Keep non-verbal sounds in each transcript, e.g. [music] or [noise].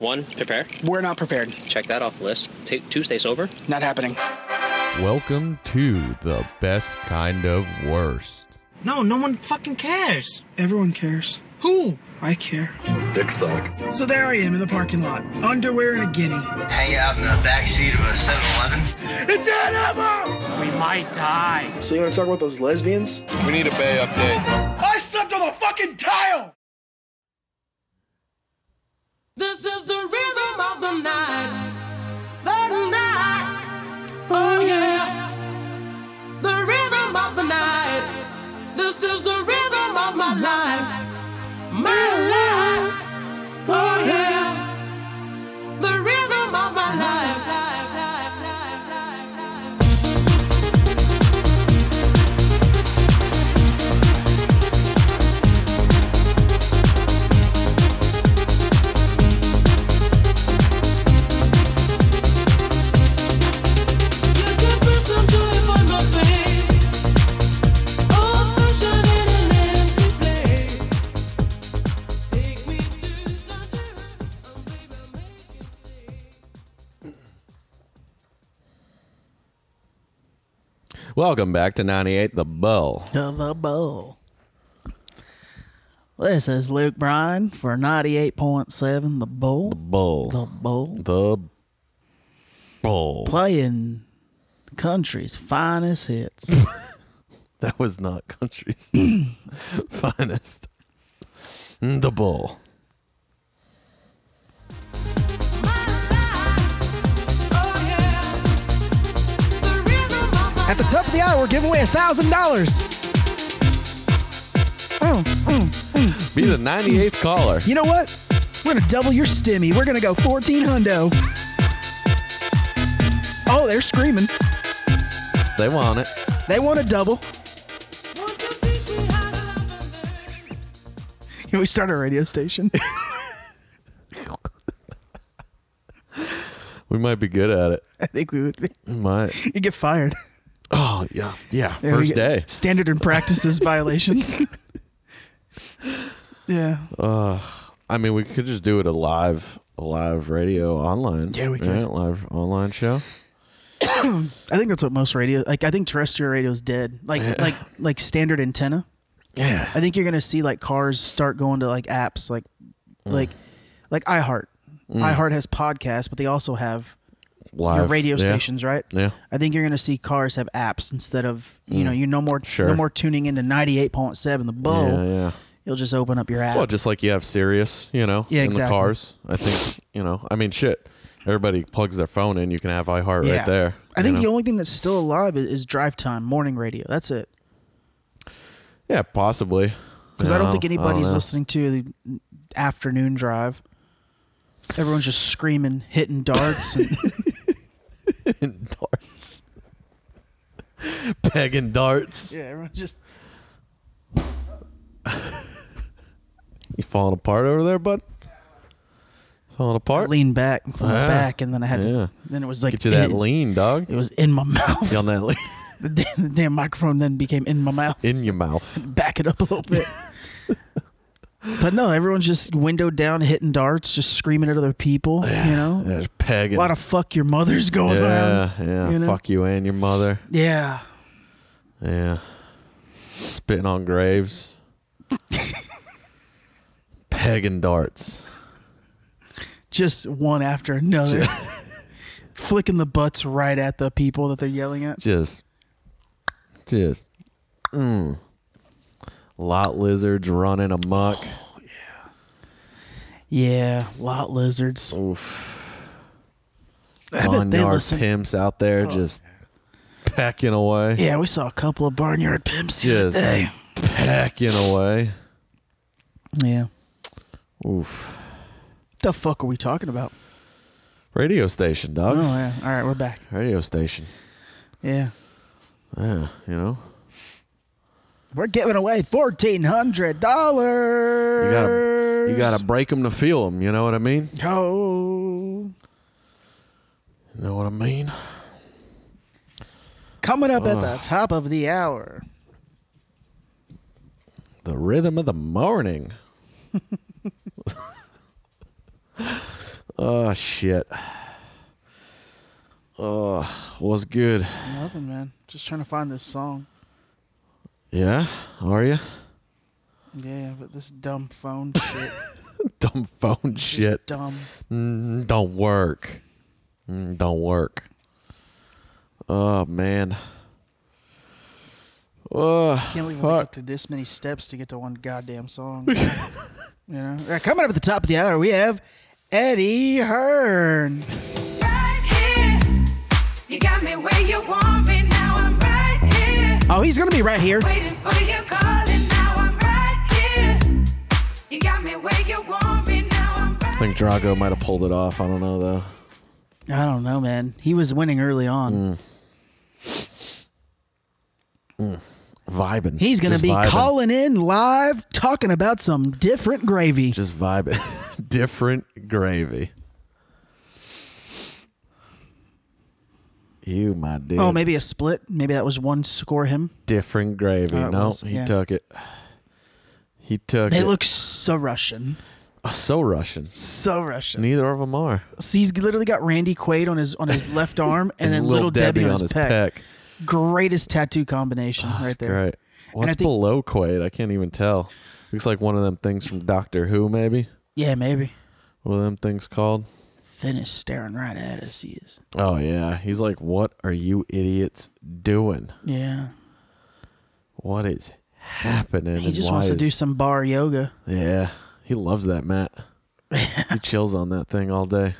One, prepare. We're not prepared. Check that off the list. T- two, stay sober. Not happening. Welcome to the best kind of worst. No, no one fucking cares. Everyone cares. Who? I care. Dick suck. So there I am in the parking lot, underwear and a guinea. hang out in the back seat of a 7-Eleven. We might die. So you want to talk about those lesbians? We need a Bay update. I slept on the fucking tile. This is the rhythm of the night. The night. Oh, yeah. The rhythm of the night. This is the rhythm of my life. My life. Oh, yeah. The rhythm of my life. You can put some joy on my face. Oh, sunshine in an empty place. Take me to the danger. Oh, baby, make it stay. Welcome back to 98 The Bull. to the bowl. This is Luke Bryan for 98.7 The Bull. The Bull. Bull. The Bull. Playing the country's finest [laughs] hits. That was not country's [clears throat] finest. Mm, The Bull. At At the top of the hour, we're giving away a thousand dollars. Be the 98th caller. You know what? We're gonna double your stimmy. We're gonna go fourteen hundo. Oh, they're screaming. They want it. They want a double. [laughs] Can we start a radio station? [laughs] We might be good at it. I think we would. [laughs] Be. We might. You get fired. Oh, yeah. Yeah. Yeah, we First get day. Standard and [laughs] practices violations. yeah. I mean, we could just do it a live, a live radio online. Yeah, we could. Right? Live online show. I think that's what most radio like I think terrestrial radio's dead. [laughs] Like like like standard antenna. Yeah. I think you're gonna see like cars start going to like apps like Mm. like like iHeart. iHeart has podcasts, but they also have Live. your radio yeah. stations, right? Yeah. Mm. I think you're going to see cars have apps instead of you know you're no more Sure. no more tuning into 98.7 the bull. Yeah, yeah. You'll just open up your app. Well, just like you have Sirius, you know, Yeah, in exactly. the cars. I think, you know, I mean, shit. Everybody plugs their phone in. You can have iHeart Yeah. right there. I you think know? the only thing that's still alive is, is drive time morning radio. That's it. Yeah, possibly. Because I don't think I don't anybody's know. listening to the afternoon drive. Everyone's just screaming, hitting darts. And [laughs] [laughs] Pegging darts. [laughs] Pegging darts. yeah, everyone's just. You falling apart over there, bud? Falling I apart? leaned back from Yeah. the back, and then I had Ah. Yeah. to. Then it was like Get you that in- lean, dog. [laughs] It was in my mouth. You on that lean? The, damn, the damn microphone then became in my mouth. in your [laughs] mouth. back it up a little bit. [laughs] but no, everyone's just windowed down, hitting darts, just screaming at other people. you know, Yeah, just a pegging. lot of fuck your mother's going yeah, around. yeah. you know? Fuck you and your mother. Yeah, Yeah. Spitting on graves. Pegging darts. just one after another, [laughs] flicking the butts right at the people that they're yelling at. Just, just, mm. lot lizards running amok. Yeah, lot lizards. I bet they Barnyard listen. Oh. pimps out there just pecking away. Yeah, we saw a couple of barnyard pimps the other Just day. pecking away. Yeah. Oof. The fuck are we talking about? Radio station, Oh dog. yeah. All right, we're back. Radio station. Yeah. Yeah, you know? We're giving away fourteen hundred dollars. You gotta, you gotta break them to feel them. You know what I mean? Oh. You know what I mean? Coming up at the top of the hour. The rhythm of the morning. Oh shit. Oh, was good. Nothing, man. Just trying to find this song. Yeah, are you? Yeah, but this dumb [laughs] phone shit. Dumb phone shit. Dumb. Mm, don't work. Mm, don't work. Oh man. Oh, Can't believe we fuck. went through this many steps to get to one goddamn song. [laughs] you know? All right, coming up at the top of the hour, we have Eddie Hearn. You got me where you want me, now I'm right here. Oh, he's gonna be right here. Waiting for your call, and now I'm right here. You got me where you want me, now I'm right I think Drago might have pulled it off. I don't know though. I don't know, man. He was winning early on. Vibing. He's gonna Just be vibing. calling in live, talking about some different gravy. Just vibing. [laughs] Different gravy. You, my dude. Oh, maybe a split. Maybe that was one score him. different gravy. Oh, it no, was, he yeah. took it. He took They it. Oh, look so Russian. so Russian. So Russian. Neither of them are. See, he's literally got Randy Quaid on his on his [laughs] left arm and, then Little little Debbie, on his, pec. peck. Greatest tattoo combination That's right there. great. I What's think- below Quaid? I can't even tell. Looks like one of them things from Doctor Who, maybe. Yeah, maybe. What are them things called? Finn is staring right at us. He is. Oh yeah. He's like, "What are you idiots doing? Yeah. What is happening?" He and just why wants to is- do some bar yoga. Yeah, he loves [laughs] that mat. he chills on that thing all day.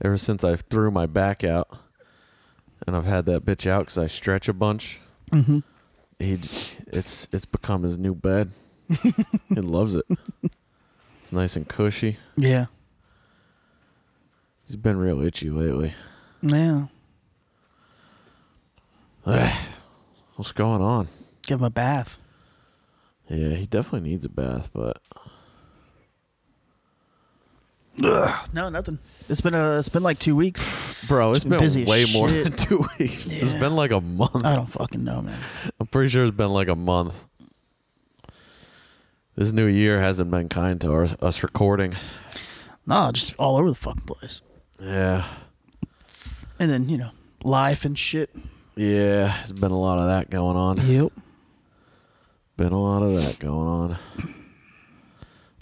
Ever since I threw my back out, and I've had that bitch out because I stretch a bunch. Mm-hmm. He, j- it's it's become his [laughs] new bed. he loves it. It's nice and cushy. Yeah. He's been real itchy lately. [sighs] Yeah. What's going on? Give him a bath. Yeah, he definitely needs a bath, but No, nothing. It's been a. It's been like two weeks. bro, it's been been, busy as way more shit. than two [laughs] weeks. It's Yeah. been like a month. I don't fucking know, man. I'm pretty sure it's been like a month. This new year hasn't been kind to our, us recording. Nah, just all over the fucking place. Yeah. And then you know, life and shit. Yeah, there's been a lot of that going on. Yep. Been a lot of that going on.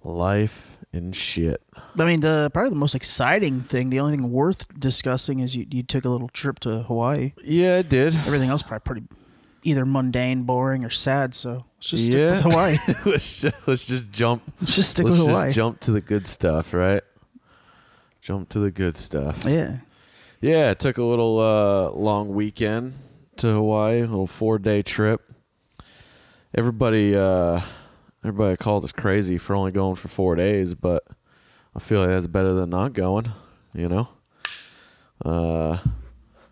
Life and shit. I mean, the probably the most exciting thing, the only thing worth discussing is you, you took a little trip to Hawaii. Yeah, it did. Everything else probably pretty either mundane, boring, or sad. So let's just stick Yeah. with [laughs] Hawaii. [laughs] let's just, let's just jump. let's [laughs] just stick Let's with just Hawaii. jump to the good stuff, right? Jump to the good stuff. Yeah. Yeah, it took a little uh, long weekend to Hawaii, a little four day trip. Everybody, uh, everybody called us crazy for only going for four days, but I feel like that's better than not going. You know, uh,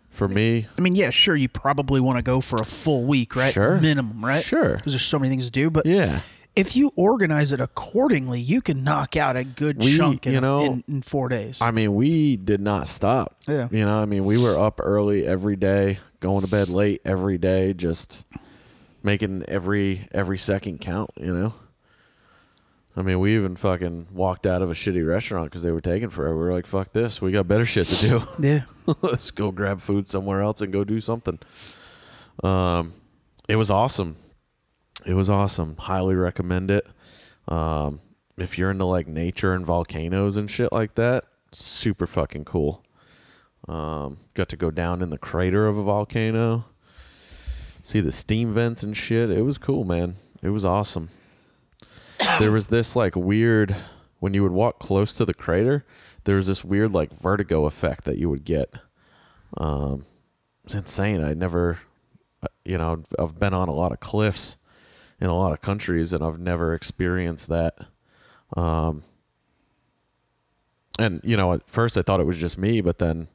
for me, I mean, yeah, sure, you probably want to go for a full week, right? Sure. Minimum, right? Sure. Because there's so many things to do. But yeah, if you organize it accordingly, you can knock out a good We- chunk in, you a- know, in, in four days. I mean, we did not stop. Yeah. You know, I mean, we were up early every day, going to bed late every day, just making every every second count, you know? I mean, we even fucking walked out of a shitty restaurant cuz they were taking forever. We were like, fuck this. We got better shit to do. [laughs] yeah. Let's go grab food somewhere else and go do something. Um it was awesome. It was awesome. Highly recommend it. Um, if you're into like nature and volcanoes and shit like that, super fucking cool. Um, got to go down in the crater of a volcano, see the steam vents and shit. It was cool, man. It was awesome. there was this like weird when you would walk close to the crater, there was this weird like vertigo effect that you would get. Um, it's insane. I never, uh, you know, I've been on a lot of cliffs in a lot of countries and I've never experienced that. Um, and you know, at first I thought it was just me, but then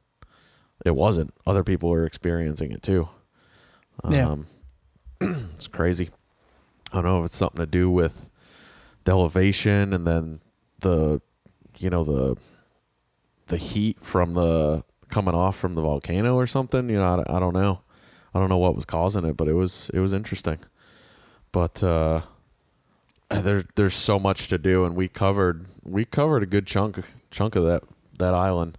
it wasn't. Other people were experiencing it too. Um, yeah. [clears throat] It's crazy. I don't know if it's something to do with the elevation and then the, you know, the, the heat from the coming off from the volcano or something. You know, I, I don't know. I don't know what was causing it, but it was, it was interesting. But, uh, there, there's so much to do, and we covered we covered a good chunk chunk of that that island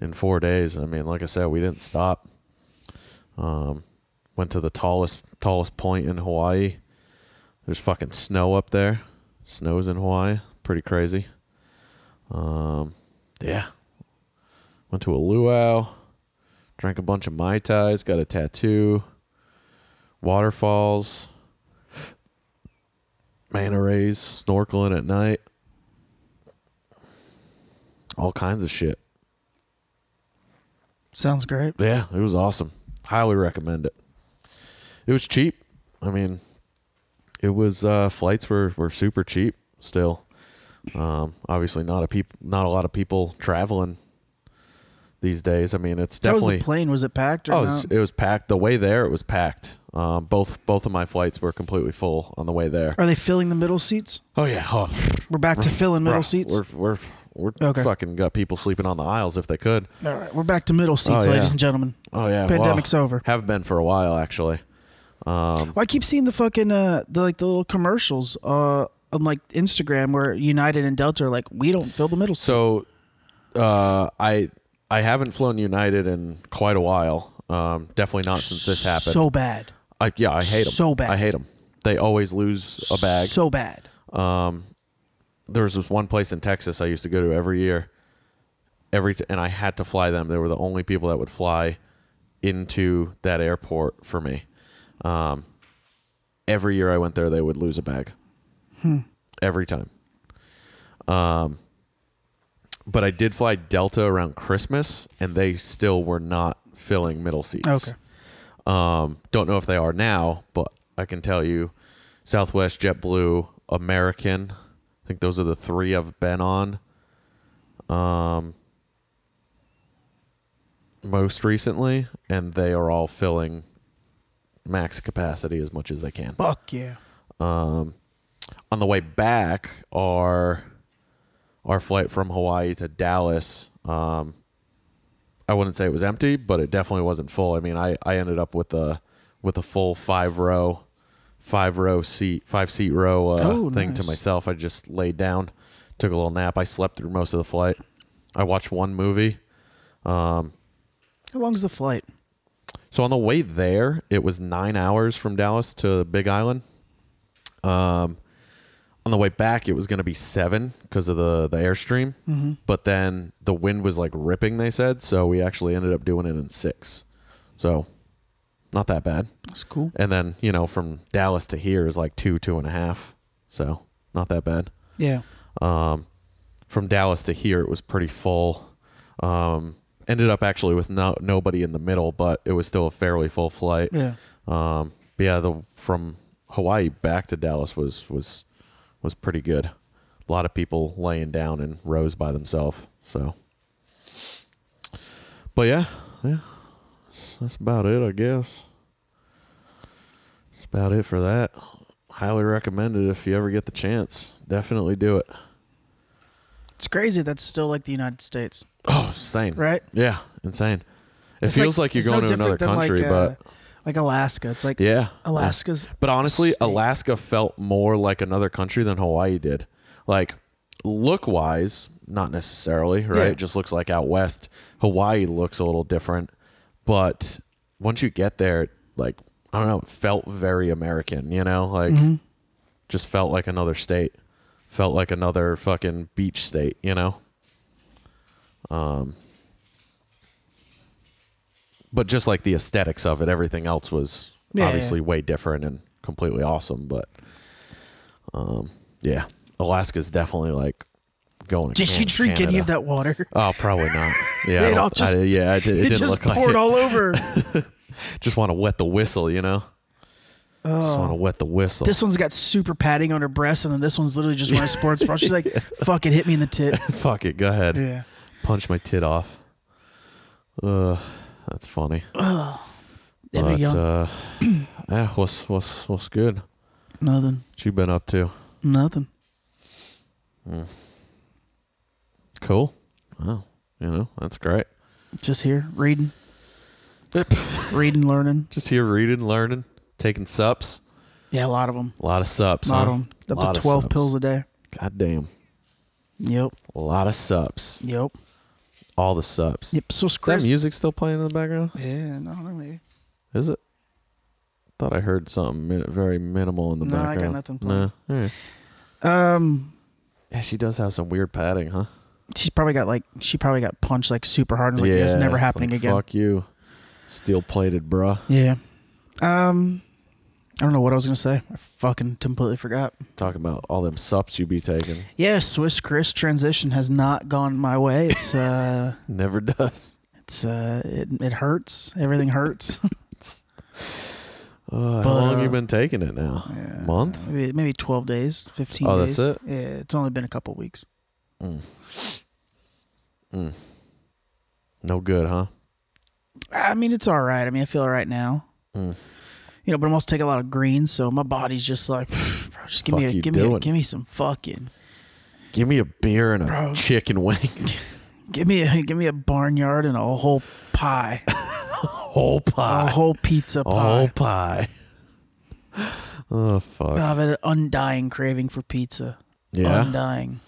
in four days. I mean, like I said, we didn't stop. Um, went to the tallest tallest point in Hawaii. There's fucking snow up there. Snows in Hawaii, pretty crazy. Um, yeah. Went to a luau, drank a bunch of mai tais, got a tattoo, waterfalls, manta rays, snorkeling at night, all kinds of shit. Sounds great. Yeah, it was awesome. Highly recommend it. It was cheap. I mean, it was uh, flights were, were super cheap still. Um, obviously, not a peop- not a lot of people traveling these days. I mean, it's That was definitely the plane. Was it packed or Oh, it not? was, it was packed. The way there, it was packed. Um, both both of my flights were completely full on the way there. Are they filling the middle seats? Oh yeah, oh, We're back to filling middle bruh, seats. We're we're we're Okay. fucking got people sleeping on the aisles if they could. All right, we're back to middle seats, Oh, yeah. ladies and gentlemen. Oh yeah, well, pandemic's over. Have been for a while actually. Well, I keep seeing the fucking uh, the like the little commercials uh on like Instagram where United and Delta are like, we don't fill the middle seat. So, uh, I I haven't flown United in quite a while. Um, definitely not since this happened. So bad, I, yeah, I hate them. so bad. I hate them. They always lose a bag. so bad. there was this one place in Texas I used to go to every year. Every t- and I had to fly them. They were the only people that would fly into that airport for me. Um, every year I went there, they would lose a bag. Every time. Um, but I did fly Delta around Christmas, and they still were not filling middle seats. Okay. Um, don't know if they are now, but I can tell you Southwest, JetBlue, American. I think those are the three I've been on. Um, most recently, and they are all filling max capacity as much as they can. Fuck yeah. On the way back, our our flight from Hawaii to Dallas, um, I wouldn't say it was empty, but it definitely wasn't full. I mean, I, I ended up with a with a full five row, five row seat, five seat row uh, Oh, thing to nice. myself. I just laid down, took a little nap. I slept through most of the flight. I watched one movie. How long's the flight? So on the way there, it was nine hours from Dallas to Big Island. Um, on the way back, it was going to be seven because of the the airstream. But then the wind was like ripping. They said so. We actually ended up doing it in six. So not that bad. That's cool. And then you know from Dallas to here is like two two and a half. So not that bad Yeah. from Dallas to here, it was pretty full. Um, ended up actually with no, nobody in the middle, but it was still a fairly full flight. Yeah. Um, but yeah, the from Hawaii back to Dallas was was was pretty good. A lot of people laying down in rows by themselves. So, but yeah, yeah, that's, that's about it, I guess. That's about it for that. Highly recommend it if you ever get the chance. Definitely do it. It's crazy. That's still like the United States. Oh, insane. Right? Yeah, insane. It It's feels like, you're it's going no to another different than, country, like, but uh, like Alaska. It's like yeah. Alaska's. But honestly, state. Alaska felt more like another country than Hawaii did. Like look wise, not necessarily, right? Yeah. It just looks like out west. Hawaii looks a little different, but once you get there, like I don't know, it felt very American, you know? Like Mm-hmm. just felt like another state. Felt like another fucking beach state, you know? Um, but just like the aesthetics of it, everything else was Yeah, obviously yeah. way different and completely awesome. But um, yeah, Alaska's definitely like going. to Did she Can- drink Canada. any of that water? Oh, probably [laughs] not. Yeah, It I all don't, just- I, yeah, I did, it, It didn't just look like poured it. all [laughs] over. [laughs] Just want to wet the whistle, you know. Just want to wet the whistle. Oh. this one's got super padding on her breast, and then this one's literally just wearing a sports bra. She's [laughs] like, "Fuck it, hit me in the tit." [laughs] Fuck it, go ahead. Yeah. Punch my tit off. Ugh, that's funny. There we but go. uh, [clears throat] yeah, what's what's what's good? What nothing. you been up to? Nothing. Cool. Wow. You know, that's great. Just here reading, reading, learning. Just here reading, learning, taking sups. Yeah, a lot of them. A lot of sups. A lot huh? of 'em. A Up lot to of 12 sups. pills a day. God damn. Yep. A lot of sups. Yep. All the sups. Yep. So, Is that Chris. music still playing in the background? Yeah, no, no, maybe. Is it? Thought I heard something min- very minimal in the No, I got background. nothing Nah. playing. All right. Um, Yeah, she does have some weird padding, huh? she's probably got like she probably got punched like super hard and was like it's never it's happening like, again. Fuck you, steel plated, bruh. Yeah. Um, I don't know what I was gonna say. I fucking completely forgot. Talking about all them sups you be taking, Yeah, Swiss Chris transition has not gone my way. [laughs] It's uh, never does. it's uh, it, it hurts. Everything hurts. [laughs] Uh, how But, long uh, you been taking it now? Month? maybe, maybe twelve days, fifteen. Oh, that's days. it? Yeah, it's only been a couple weeks. No good, huh? I mean, it's all right. I mean, I feel all right now. Hmm. You know, but I'm also taking a lot of greens, so my body's just like, [sighs] bro, just give me, Fuck a, you give me, a, doing? give me some fucking, Give me a beer and a Bro. chicken wing. give me a, [laughs] give me a barnyard and a whole pie, whole [laughs] a pie. whole pizza Ah. A whole pie. pie. [laughs] oh fuck. I've had an undying craving for pizza. yeah. Hmm. Undying.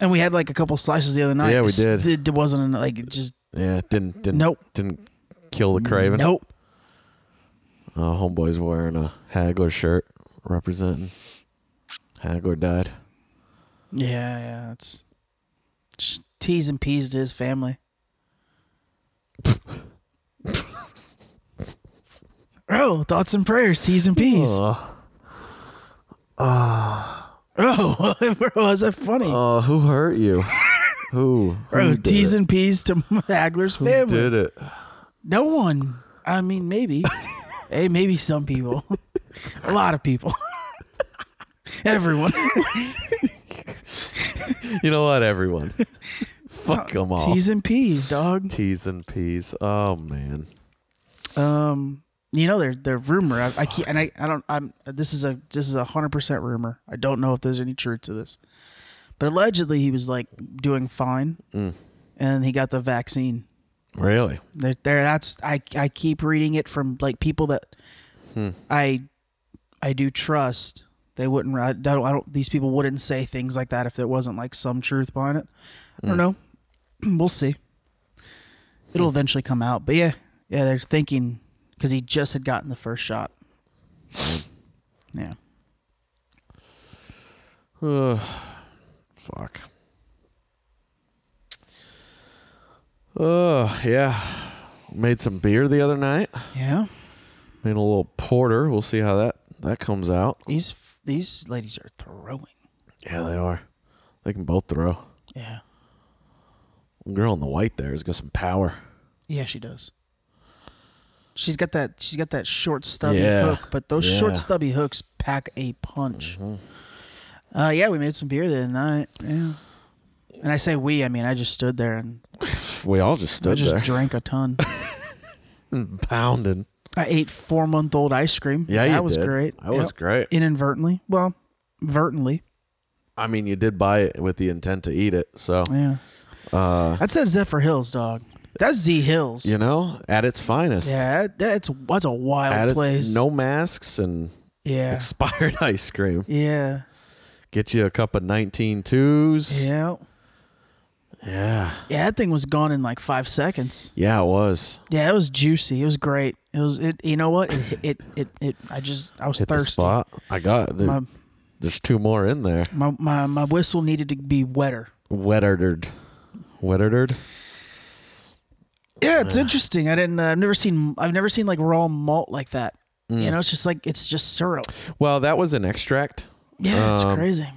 And we had like a couple slices the other night. Yeah, we It's- did. It, it wasn't an- like it just Yeah. Didn't didn't Nope. didn't kill the craving. nope. Uh, homeboy's wearing a Hagler shirt representing. Hagler died. Yeah, yeah. It's just T's and P's to his family. [laughs] oh, thoughts and prayers, T's and P's. Oh, [laughs] Oh, [laughs] bro, was that funny? oh, who hurt [laughs] you? who? bro, who did T's it? and P's to [laughs] Hagler's Who family. did it? No one. I mean, [laughs] maybe. hey, maybe some [laughs] people. A lot of people. [laughs] Everyone. You know what, everyone? [laughs] Fuck them all. T's and P's, dog. T's and P's. Oh man. Um, you know they're they're rumor. I, I keep and I, I don't. I'm. This is a this is a hundred percent rumor. I don't know if there's any truth to this, but allegedly he was like doing fine, and he got the vaccine. Really? There, there. That's I. I keep reading it from like people that I, I do trust. They wouldn't. I don't, I don't. These people wouldn't say things like that if there wasn't like some truth behind it. I don't know. [clears throat] we'll see. It'll eventually come out. But yeah, yeah. They're thinking because he just had gotten the first shot. yeah. Ugh. fuck. Uh, yeah. Made some beer the other night. Yeah. Made a little porter. We'll see how that that comes out. These these ladies are throwing. Yeah, they are. They can both throw. Yeah. Girl in the white there has got some power. Yeah, she does. She's got that. She's got that short stubby Yeah. hook, but those Yeah. short stubby hooks pack a punch. Mm-hmm. Uh, yeah, we made some beer the other night. Yeah, and I say we. I mean, I just stood there and We all just stood I just there, drank [laughs] a ton. pounding. I ate four month old ice cream. Yeah, that you was did. great. That was great. Inadvertently, well, vertently. I mean, you did buy it with the intent to eat it, so Yeah, Uh, that's that Zephyr Hills dog. That's Z Hills. you know, at its finest. yeah, that, that's that's a wild At its- place. no masks and yeah, expired [laughs] ice cream. yeah, Get you a cup of 19 twos. yeah. yeah, Yeah, that thing was gone in like five seconds. Yeah, it was. Yeah, it was juicy. It was great. It was it. You know what? It it it. it I just I was Hit the thirsty. spot. I got there, My, there's two more in there. my my my whistle needed to be wetter. Wet-eatered. Wet-eatered? Yeah, it's interesting. I didn't. Uh, I've never seen. I've never seen like raw malt like that. Mm. You know, it's just like it's just syrup. Well, that was an extract. Yeah, it's Um, crazy.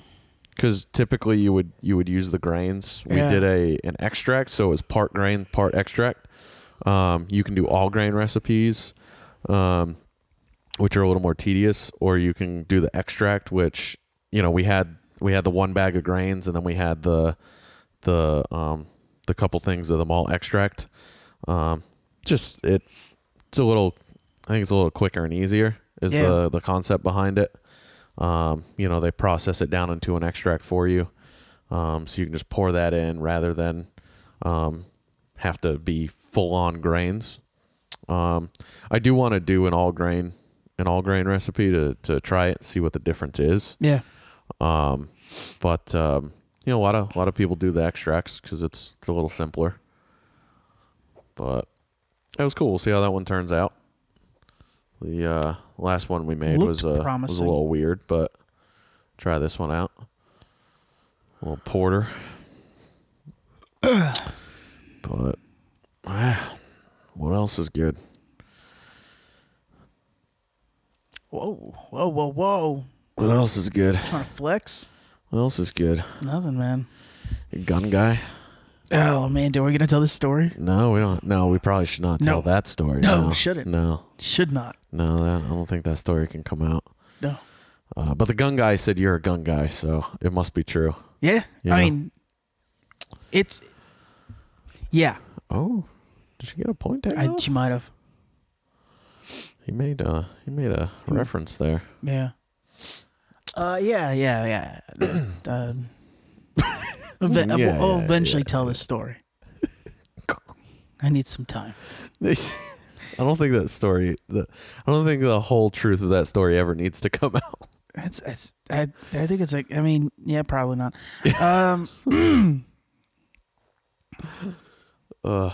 because typically you would you would use the grains. We Yeah. did a an extract, so it was part grain, part extract. Um, you can do all grain recipes, um, which are a little more tedious, or you can do the extract, which you know we had we had the one bag of grains, and then we had the the um, the couple things of the malt extract. Um, just it it's a little I think it's a little quicker and easier is Yeah. the the concept behind it. Um, you know, they process it down into an extract for you. Um, so you can just pour that in rather than um, have to be full on grains. Um, I do want to do an all grain an all grain recipe to, to try it and see what the difference is. Yeah. But um, you know, a lot of a lot of people do the extracts because it's it's a little simpler. But that was cool. We'll see how that one turns out. The uh, last one we made Looked was uh, was a promising. little weird, but try this one out. A little [clears throat] porter. but ah, what else is good? Whoa, whoa, whoa, whoa. What else is good? Trying to flex? What else is good? Nothing, man. Gun guy? Oh man, do we gonna tell this story? No, we don't. No, we probably should not tell No. that story. No, no we shouldn't. No, Should not. No, that, I don't think that story can come out. No. Uh, but the gun guy said you're a gun guy, so it must be true. Yeah. Yeah. I mean, it's. Yeah, Oh, did you get a point taken I, off? she might have. He made a he made a Hmm. reference [laughs] there. Yeah. Uh, [clears throat] yeah, yeah, yeah. uh, [laughs] eve- Yeah, I'll yeah, eventually tell this story. I need some time. I don't think that story. The, I don't think the whole truth of that story ever needs to come [laughs] out. It's, it's, I, I think it's like, I mean, yeah, probably not. Um, [laughs]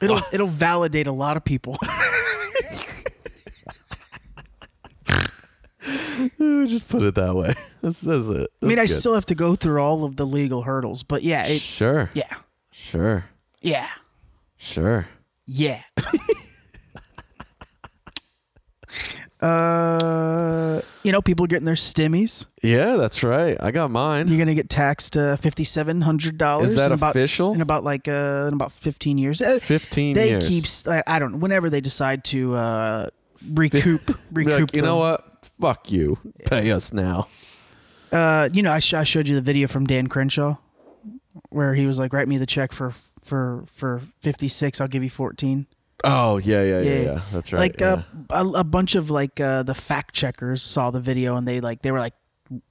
it'll, it'll validate a lot of people. Just put it that way. [laughs] That's, that's it. I mean, I That's good. still have to go through all of the legal hurdles, but yeah, it, sure, yeah, sure, yeah, sure. [laughs] yeah. uh, you know, people getting their stimmies. Yeah, that's right. I got mine. You're gonna get taxed uh, fifty seven hundred dollars. Is that about, official? In about like uh, in about fifteen years. Uh, 15 They years. keep. s- I, I don't. know, Whenever they decide to uh, [laughs] recoup, Be recoup. like, you the- know what? Fuck you. Pay us now. Uh, you know, I, sh- I showed you the video from Dan Crenshaw where he was like, "Write me the check for for for fifty six. I'll give you 14. Oh yeah, yeah, yeah, yeah. That's right. Like yeah. uh, a, a bunch of like uh, the fact checkers saw the video and they like they were like,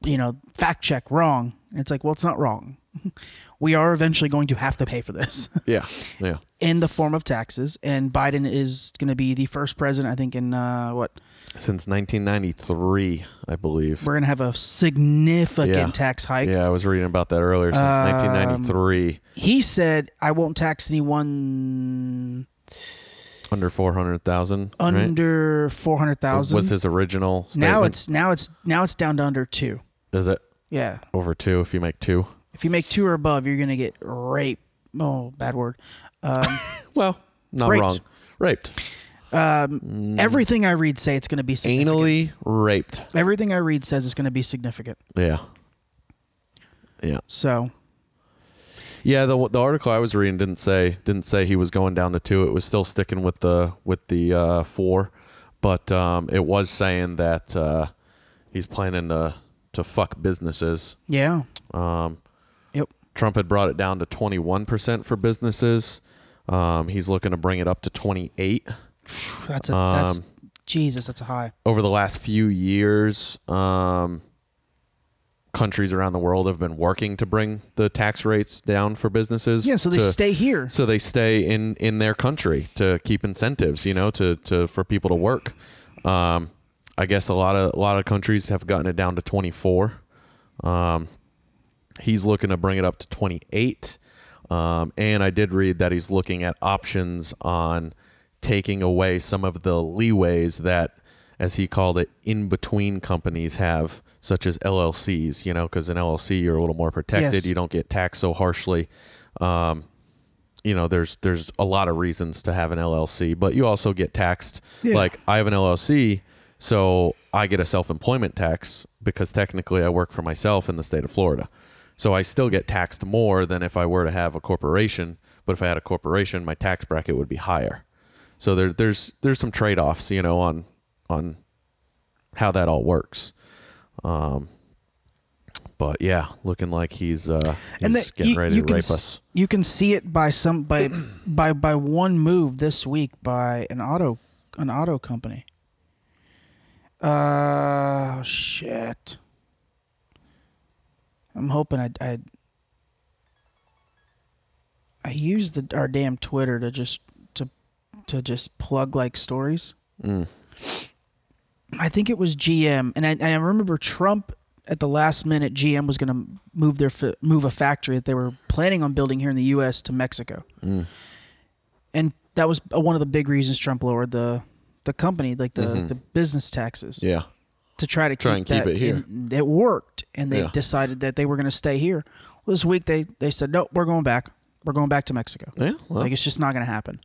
you know, fact check wrong. And it's like, well, it's not wrong. [laughs] we are eventually going to have to pay for this [laughs] Yeah, yeah. in the form of taxes. And Biden is going to be the first president, I think, in uh, what Since 1993, I believe. we're going to have a significant Yeah. tax hike. Yeah, I was reading about that earlier. Since Um, 1993, He said, I won't tax anyone under 400,000. right? under four hundred thousand. was his original. Statement. now it's now it's now it's down to under two. is it Yeah, over two if you make two? if you make two or above, you're gonna get rape. Oh, bad word. Well, not Raped. wrong. Raped, Everything I read say it's gonna be significant. anally raped. Everything I read says it's gonna be significant. Yeah, yeah, So yeah. The the article I was reading didn't say didn't say he was going down to two. It was still sticking with the with the uh, four, but um, it was saying that uh, he's planning to to fuck businesses. yeah. Um. Yep. Trump had brought it down to 21% for businesses. Um, he's looking to bring it up to 28. That's a that's Jesus. That's a high. Over the last few years, um, countries around the world have been working to bring the tax rates down for businesses. Yeah. So they to- stay here. So they stay in in their country to keep incentives, you know, to to for people to work. Um, I guess a lot of a lot of countries have gotten it down to 24. Um, he's looking to bring it up to 28. Um, and I did read that he's looking at options on taking away some of the leeways that, as he called it, in between companies have, such as LLCs, you know, because in LLC you're a little more protected, Yes. you don't get taxed so harshly. Um, you know, there's there's a lot of reasons to have an LLC, but you also get taxed. Like I have an LLC, so I get a self-employment tax because technically I work for myself in the state of Florida. So I still get taxed more than if I were to have a corporation, but if I had a corporation, my tax bracket would be higher. So there there's there's some trade-offs, you know, on on how that all works. Um but yeah, looking like he's uh he's and that getting you, ready you to can rape s- us. You can see it by [clears throat] some by by by one move this week by an auto an auto company. Uh shit. I'm hoping I I I use Mm. the our damn Twitter to just to to just plug like stories. I think it was GM, and I, and I remember Trump at the last minute. GM was going to move their fa- move a factory that they were planning on building here in the U.S. to Mexico, and that was uh, one of the big reasons Trump lowered the the company, like the, the business taxes, Yeah. to try to Try keep and keep that it here. in- it worked, and they Yeah. decided that they were going to stay here. Well, this week they they said no, we're going back. We're going back to Mexico. Yeah, well. like it's just not going to [clears throat] happen.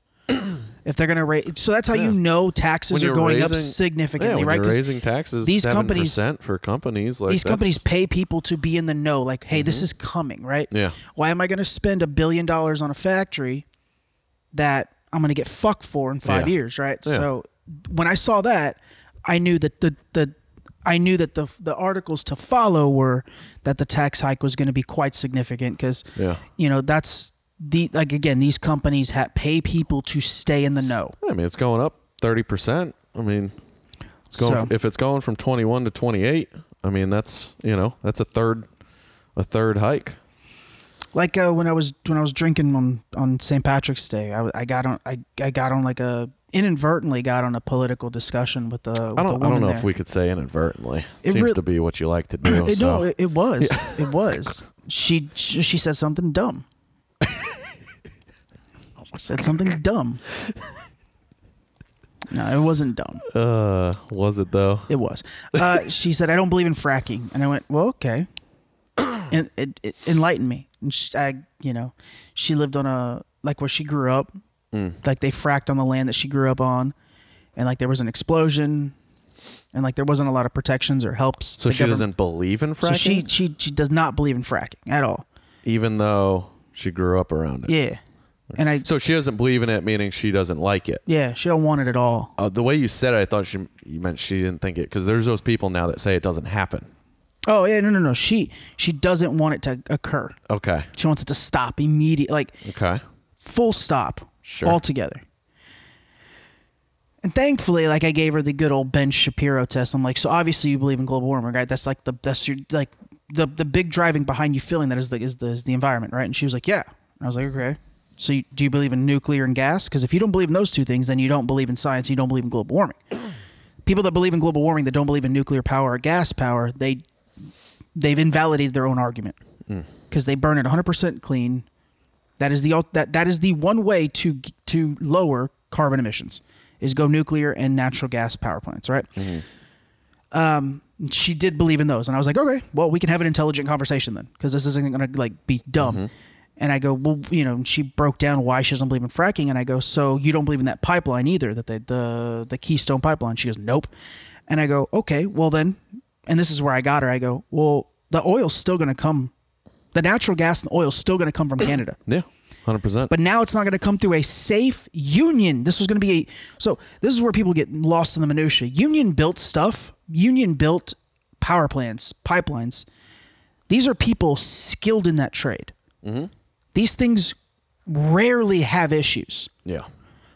if they're going to raise, so that's how you know taxes are going up significantly, yeah, when right? You're 'Cause raising taxes these these companies- companies for companies like these that's- Mm-hmm. companies pay people to be in the know like hey this is coming right Yeah. why am i going to spend a billion dollars on a factory that i'm going to get fucked for in five Yeah. years right Yeah. so when i saw that i knew that the the I knew that the the articles to follow were that the tax hike was going to be quite significant because Yeah. you know that's the like again these companies ha- pay people to stay in the know. I mean, it's going up thirty percent. I mean, it's going So- if it's going from twenty one to twenty eight. I mean, that's you know that's a third, a third hike. like uh, when I was when I was drinking on on St. Patrick's Day, I, I got on I, I got on like a inadvertently got on a political discussion with the with the I don't. I woman don't know there. if we could say inadvertently. It Seems real- to be what you like [clears throat] to do. It, so. No, it, it was [laughs] it was she she she said something dumb. said something dumb. [laughs] No, it wasn't dumb. uh, was it though? It was. [laughs] Uh, she said, "I don't believe in fracking," and I went, "Well, [clears throat] okay." And it, it enlightened me. And she, I, you know, she lived on a like where she grew up. Mm. Like they fracked on the land that she grew up on, and like there was an explosion, and like there wasn't a lot of protections or helps. So the she government- doesn't believe in fracking, So she she she does not believe in fracking at all. even though she grew up around it. Yeah, and I So she doesn't believe in it, meaning she doesn't like it. yeah she don't want it at all. Uh, the way you said it, I thought she you meant she didn't think it because there's those people now that say it doesn't happen. Oh yeah no no no she she doesn't want it to occur. Okay. She wants it to stop immediately. Like Okay. full stop Sure. altogether and thankfully like i gave her the good old ben shapiro test i'm like so obviously you believe in global warming right that's like the that's your like the the big driving behind you feeling that is the is the, is the environment right and she was like yeah and i was like okay so you, do you believe in nuclear and gas because if you don't believe in those two things then you don't believe in science you don't believe in global warming people that believe in global warming that don't believe in nuclear power or gas power they they've invalidated their own argument because they burn it 100% clean that is the ul- that that is the one way to g- to lower carbon emissions is go nuclear and natural gas power plants, right? Um, she did believe in those, and I was like, okay, well, we can have an intelligent conversation then, because this isn't going to like be dumb. And I go, well, you know, and she broke down why she doesn't believe in fracking, and I go, so you don't believe in that pipeline either, that they, the the Keystone pipeline? She goes, nope. And I go, okay, well then, and this is where I got her. I go, well, the oil's still going to come, the natural gas and oil's still going to come from Canada Yeah. Hundred percent. but now it's not going to come through a safe union. This was going to be a so this is where people get lost in the minutia. Union built stuff, union built power plants, pipelines. These are people skilled in that trade. Mm-hmm. These things rarely have issues. yeah.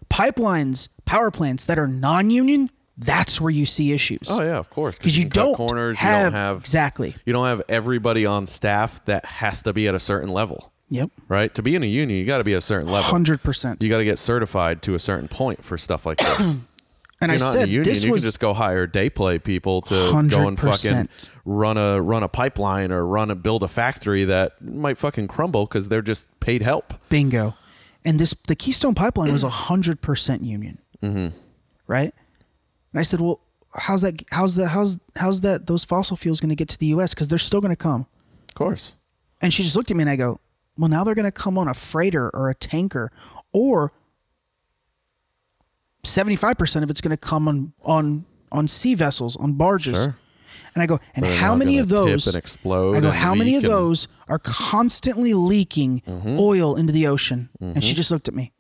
Pipelines, power plants that are non-union, that's where you see issues. Oh yeah, of course. 'Cause you can cut don't corners. you have- don't have exactly. You don't have everybody on staff that has to be at a certain level, Yep. right? To be in a union, you got to be at a certain level. 100%. You got to get certified to a certain point for stuff like this. [clears throat] and I You're not said in a union. this you was can just go hire day play people to go and fucking 100%. run a run a pipeline or run a build a factory that might fucking crumble because they're just paid help. Bingo. And this the Keystone Pipeline was hundred percent union. Mm-hmm. Right? And I said, Well, how's that how's that how's how's that those fossil fuels gonna get to the US? Because they're still gonna come. Of course. And she just looked at me and I go, Well, now they're gonna come on a freighter or a tanker or seventy five percent of it's gonna come on on on sea vessels, on barges. Sure. And I go, and They're how not many gonna of those tip and explode I go, and how many of leak and- Mm-hmm. those are constantly leaking oil into the ocean? And she just looked at me.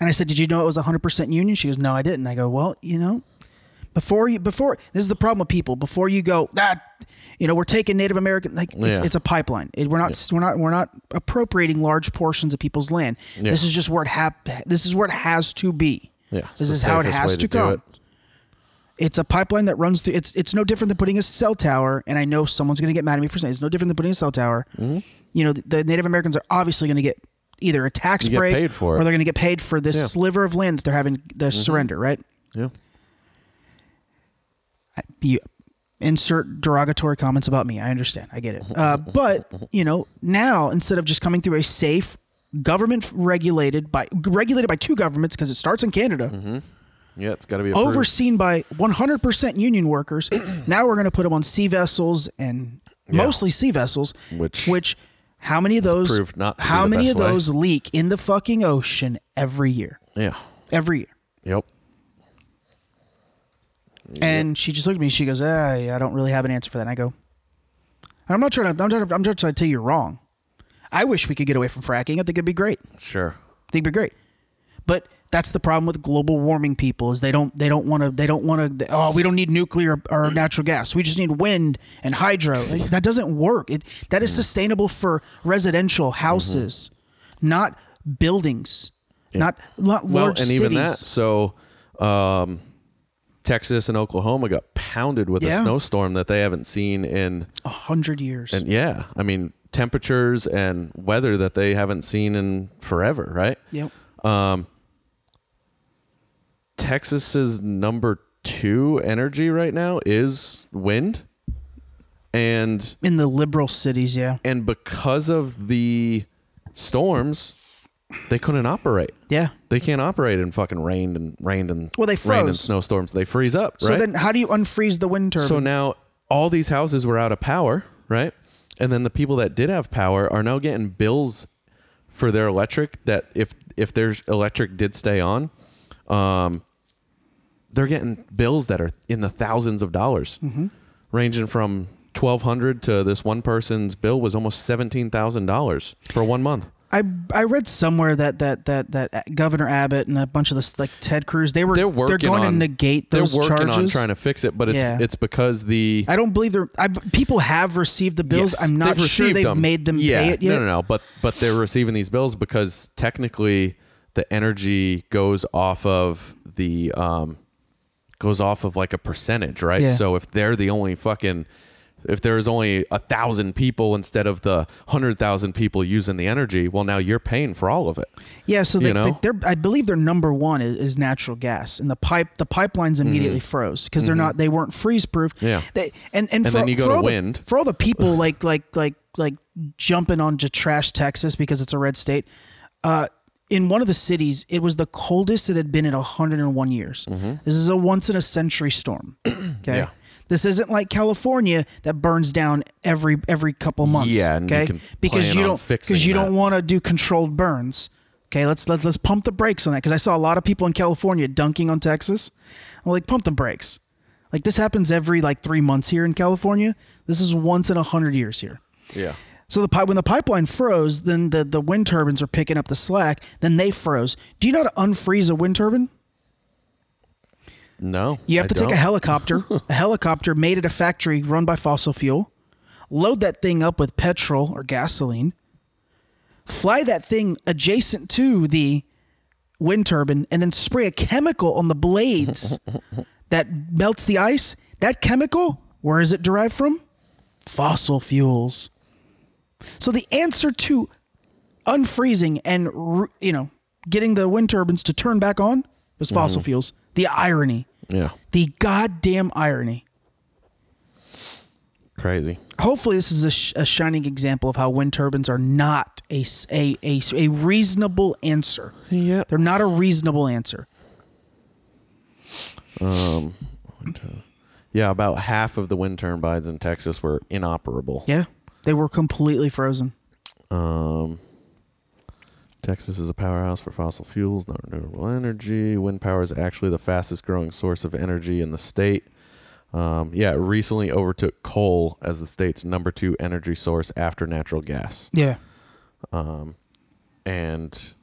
And I said, "Did you know it was 100% union?" She goes, "No, I didn't." I go, "Well, you know, before you before this is the problem with people. Before you go, that you know, we're taking Native American like it's, Yeah. it's a pipeline. It, we're not we're not we're not appropriating large portions of people's land. This is just where it hap- This is where it has to be. Yeah, it's this the is how it safest has way to, to do come. it. It's a pipeline that runs through. It's it's no different than putting a cell tower. And I know someone's going to get mad at me for saying it's no different than putting a cell tower. Mm-hmm. You know, the, the Native Americans are obviously going to get either a tax get break paid or for it. they're going to get paid for this Yeah. Mm-hmm. sliver of land that they're having the surrender, right? Yeah. I- you insert derogatory comments about me. I understand. I get it. Uh, but you know, now instead of just coming through a safe government regulated by regulated by two governments because it starts in Canada, Mm-hmm. Yeah, it's got to be approved. overseen by 100% union workers, [clears throat] now we're going to put them on sea vessels and mostly sea vessels, Which which how many of those proved not to be how the many best of way. those leak in the fucking ocean every year? Yeah. Every year. Yep. And she just looked at me. She goes, "Hey, I don't really have an answer for that." And I go, "I'm not trying to. I'm, not, I'm not trying to tell you you're wrong. I wish we could get away from fracking. I think it'd be great. I Sure. think it'd be great. But that's the problem with global warming. People is they don't they don't want to they don't want to. Oh, we don't need nuclear or natural gas. We just need wind and hydro. Like, that doesn't work. It that is sustainable for residential houses, not buildings, not, not large Well, and cities. even that. So, um, Texas and Oklahoma got pounded with a Yeah. snowstorm that they haven't seen in a hundred years. And yeah, I mean temperatures and weather that they haven't seen in forever, right? yep. Texas's number 2 energy right now is wind. And In the liberal cities, yeah. and because of the storms, they couldn't operate. Yeah. They can't operate in fucking rain and rain and Well, they rain and froze. snowstorms. They freeze up, So right? then, how do you unfreeze the wind turbine? So now all these houses were out of power, right? And then the people that did have power are now getting bills for their electric that if if their electric did stay on, um, they're getting bills that are in the thousands of dollars, Mm-hmm. ranging from twelve hundred to this one person's bill was almost seventeen thousand dollars for one month. I I read somewhere that that that that Governor Abbott and a bunch of this like Ted Cruz they were They're working going on, to negate those They're working charges. on trying to fix it, but it's Yeah. it's because the I don't believe they're I, people have received the bills. Yes, I'm not they've sure received they've made them Yeah, pay it yet. No, no, no. But but they're receiving these bills because technically the energy goes off of the um goes off of like a percentage, right? Yeah. So if they're the only fucking if there's only a thousand people instead of the hundred thousand people using the energy, well now you're paying for all of it. Yeah, so they, You know? they, are I believe their number one is, is natural gas, and the pipe the pipelines immediately froze because they're not they weren't freeze proof. Mm-hmm. Yeah. they, and and, for, then you go for to all wind. The, for all the [laughs] people like like like like jumping on to trash Texas because it's a red state. Uh, in one of the cities, it was the coldest it had been in 101 years. This is a once in a century [clears throat] storm. Okay, Mm-hmm. Yeah. this isn't like California that burns down every every couple months. Yeah, and you okay, can because plan you on don't fixing because you that. don't want to do controlled burns. Okay, let's let, let's pump the brakes on that because I saw a lot of people in California dunking on Texas. I'm like, pump the brakes. Like this happens every like three months here in California. This is once in a hundred years here. Yeah. So the pipe when the pipeline froze, then the the wind turbines are picking up the slack. Then they froze. Do you know how to unfreeze a wind turbine? No. You have to I take a don't. [laughs] helicopter, a helicopter made at a factory run by fossil fuel, load that thing up with petrol or gasoline, fly that thing adjacent to the wind turbine, and then spray a chemical on the blades [laughs] that melts the ice. That chemical, where is it derived from? Fossil fuels. So the answer to unfreezing and r- you know getting the wind turbines to turn back on was Mm-hmm. fossil fuels. The irony Yeah. the goddamn irony. Crazy. Hopefully, this is a, sh- a shining example of how wind turbines are not a, s- a, a s- a reasonable answer. Yeah. They're not a reasonable answer. Yeah, about half of the wind turbines in Texas were inoperable. Yeah. They were completely frozen. Texas is a powerhouse for fossil fuels, not renewable energy. Wind power is actually the fastest growing source of energy in the state. Um, yeah, it recently overtook coal as the state's number two energy source after natural gas. Yeah. And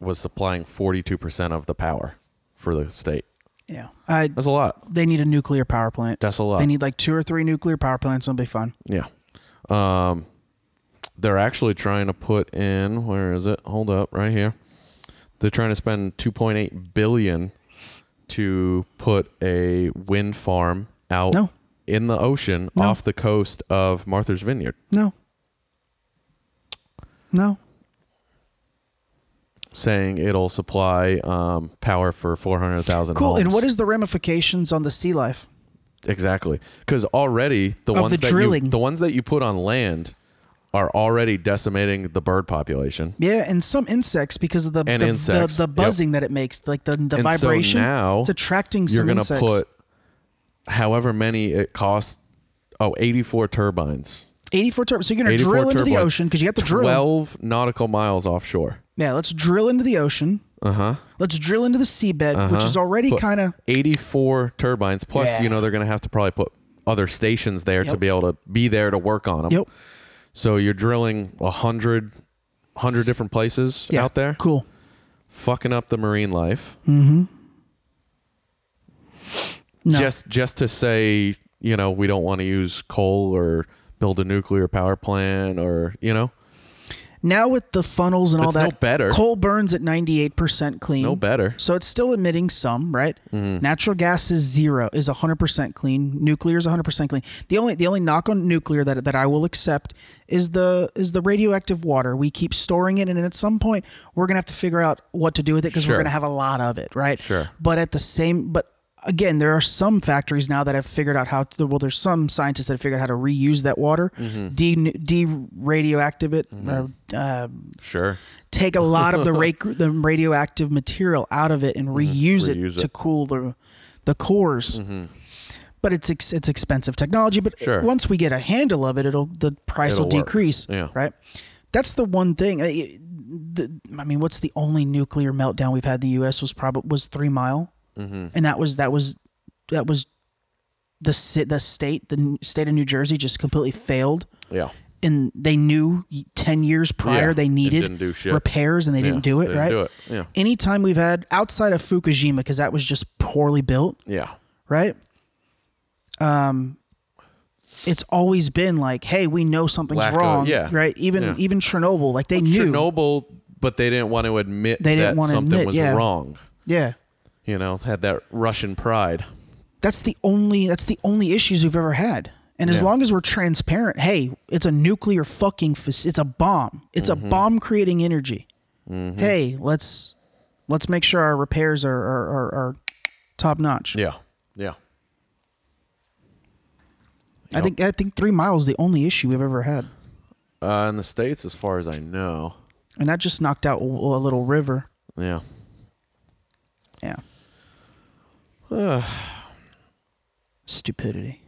was supplying 42% of the power for the state. Yeah. I, That's a lot. they need a nuclear power plant. That's a lot. They need like two or three nuclear power plants. It'll be fun. Yeah. Um, they're actually trying to put in where is it? Hold up, right here. They're trying to spend 2.8 billion to put a wind farm out No. in the ocean No. off the coast of Martha's Vineyard. No. No. saying it'll supply um, power for 400,000 Cool. homes. And what is the ramifications on the sea life? Exactly. Cuz already the Of ones the that drilling. You, the ones that you put on land are already decimating the bird population. Yeah, and some insects because of the And the, insects, the, the yep. buzzing that it makes, like the, the And so vibration. now it's attracting You're some going to insects. put however many it costs oh 84 turbines. 84 turbines. So you're going to 84 drill into the turbines, ocean because you got to drill. 12 nautical miles offshore. yeah, let's drill into the ocean. Uh huh. Let's drill into the seabed, which is already Uh-huh. Put kind of. 84 turbines plus Yeah. you know they're going to have to probably put other stations there to Yep. be able to be there to work on them. Yep. So you're drilling 100 100 different places Yeah, out there. Cool. Fucking up the marine life. Mm-hmm. No. Just just to say, you know, we don't want to use coal or build a nuclear power plant or, you know, Now with the funnels and all It's that, no better. coal burns at 98% clean. no better. Mm-hmm. So it's still emitting some, right? Natural gas is zero, is 100% clean. Nuclear is 100% clean. The only the only knock on nuclear that, that I will accept is the is the radioactive water. We keep storing it, and at some point we're gonna have to figure out what to do with it because Sure. we're gonna have a lot of it, right? Sure. But at the same, but again, there are some factories now that have figured out how to. Well, there's some scientists that have figured out how to reuse that water, de de radioactive it, or, uh, Sure. take a lot [laughs] of the ra- the radioactive material out of it and reuse, Mm-hmm. reuse it to it. Mm-hmm. cool the the cores. But it's ex- it's expensive technology. But Sure. once we get a handle of it, it'll the price will It'll work. decrease. Yeah. Right. That's the one thing. I, it- the, I mean, what's the only nuclear meltdown we've had in the U.S. was probably was Three Mile, Mm-hmm. and that was that was that was the sit the state the n- state of New Jersey just completely failed Yeah. and they knew 10 years prior Yeah, they and needed didn't do shit. repairs and they Yeah, didn't do it didn't right do it, yeah. anytime we've had outside of fukushima because that was just poorly built Yeah. right um it's always been like hey we know something's Lack of- wrong yeah, right even yeah. even chernobyl like they knew Chernobyl, but they didn't want to admit They didn't that want to something admit, was yeah. wrong. yeah You know, had that Russian pride. that's the only that's the only issues we've ever had and as Yeah. long as we're transparent hey it's a nuclear fucking fac- it's a bomb it's Mm-hmm. a bomb creating energy hey let's let's make sure our repairs are are, are, are top notch Yeah. Yeah. i think i think three miles is the only issue we've ever had Uh, in the states, as far as I know. and that just knocked out a, a little river Yeah. yeah [sighs] stupidity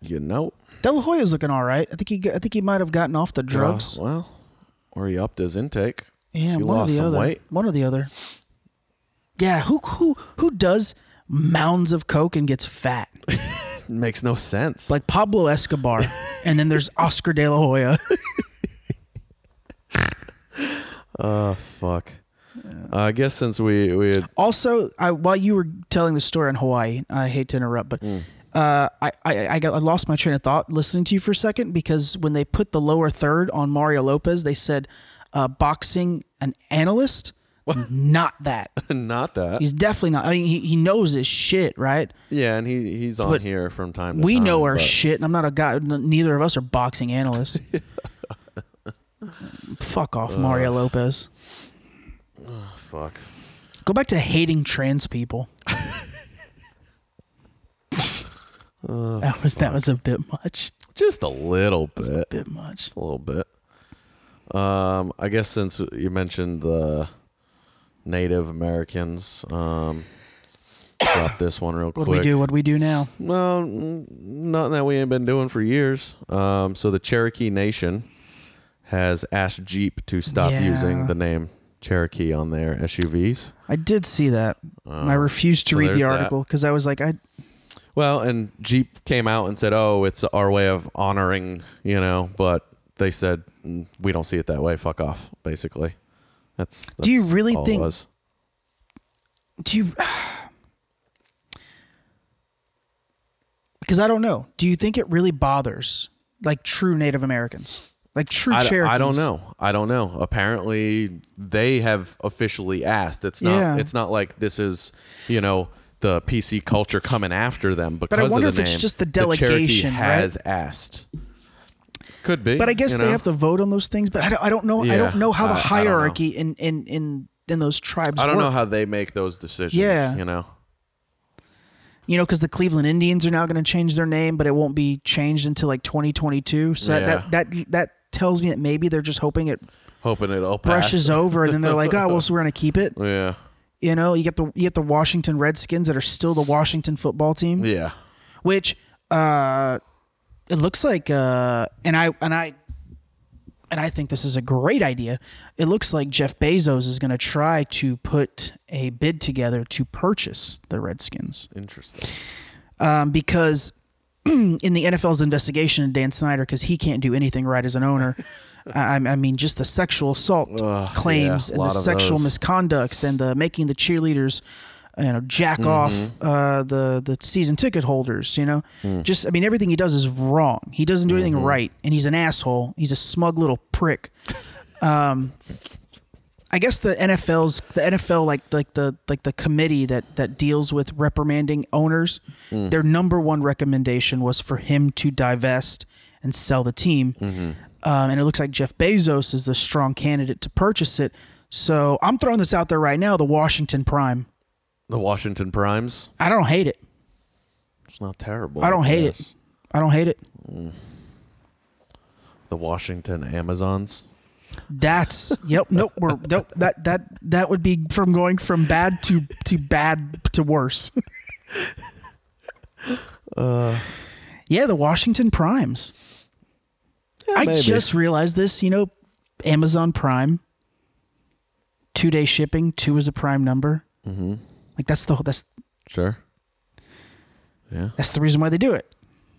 You know. uh, De La Hoya's looking all right. I think he. got- I think he might have gotten off the drugs. Uh, well, or he upped his intake. Yeah, She one lost or the some other. weight. One or the other. Yeah, who who who does mounds of coke and gets fat [laughs] Makes no sense. like Pablo Escobar, and then there's Oscar De La Hoya. [laughs] fuck. Uh, I guess since we we had, also, I, while you were telling the story in Hawaii, I hate to interrupt, but Mm. uh, I, I I got I lost my train of thought listening to you for a second because when they put the lower third on Mario Lopez, they said uh, boxing an analyst, [laughs] not that. not that. He's definitely not. I mean, he, he knows his shit, right? yeah, and he he's on here from time to we time. know our but shit, and I'm not a guy. n- Neither of us are boxing analysts. [laughs] Fuck off, Mario Lopez. Fuck. Go back to hating trans [laughs] people. that was that was a bit much. Just a little bit. Bit much. Just a little bit. Um, I guess since you mentioned the Native Americans, um, drop this one real What do we quick. do? What do we do now? Well, n- nothing that we ain't been doing for years. Um, so the Cherokee Nation has asked Jeep to stop Yeah. using the name Cherokee on their SUVs. I did see that. I refused to Oh, so read there's the that. article because I was like, I Well, and Jeep came out and said, "Oh, it's our way of honoring," you know. But they said, "Mm, "We don't see it that way. Fuck off." Basically, that's. that's you really all it think- was. do you because I don't know. Do you think it really bothers like true Native Americans, like true I, d- Cherokees? I don't know. I don't know. Apparently, they have officially asked. It's not. Yeah. It's not like this is, you know, the PC culture coming after them because I wonder of if the it's name. just the Cherokee delegation, right? has asked. Could be, But I guess you they know? have to vote on those things. But I don't, I don't know. I Yeah, don't know how the I- I don't know. hierarchy in in in and those tribes. I don't know work. how they make those decisions. Yeah. You know? you know because the Cleveland Indians are now going to change their name, but it won't be changed until like 2022. So Yeah. that, that that that tells me that maybe they're just hoping it Hoping it'll pass. brushes over, and then they're like, oh well, so we're going to keep [laughs] it. Yeah. You know, you get the you get the Washington Redskins that are still the Washington football team, Yeah. which uh, it looks like, uh, and I and I and I think this is a great idea. It looks like Jeff Bezos is going to try to put a bid together to purchase the Redskins Interesting. um, because [clears throat] in the NFL's investigation of Dan Snyder, because he can't do anything right as an owner. [laughs] I, I mean, just the sexual assault Ugh, claims yeah, and lot the of sexual those. misconducts and the making the cheerleaders, you know, jack Mm-hmm. off uh, the the season ticket holders. You know, Hmm. just I mean, everything he does is wrong. He doesn't do Mm-hmm. anything right, and he's an asshole. He's a smug little prick. Um, I guess the NFL's the NFL like like the like the committee that that deals with reprimanding owners. Their number one recommendation was for him to divest and sell the team, um, and it looks like Jeff Bezos is the strong candidate to purchase it. So I'm throwing this out there right now: the Washington Prime. The Washington Primes. I don't hate it. It's not terrible. I don't hate guess. it. I don't hate it. The Washington Amazons. That's yep. Nope. We're nope. That that that would be from going from bad to to bad to worse. uh, yeah, the Washington Primes. I maybe. just realized this. You know, Amazon Prime. Two day shipping. Two is a prime number. Mm-hmm. Like that's the that's Sure. that's the reason why they do it.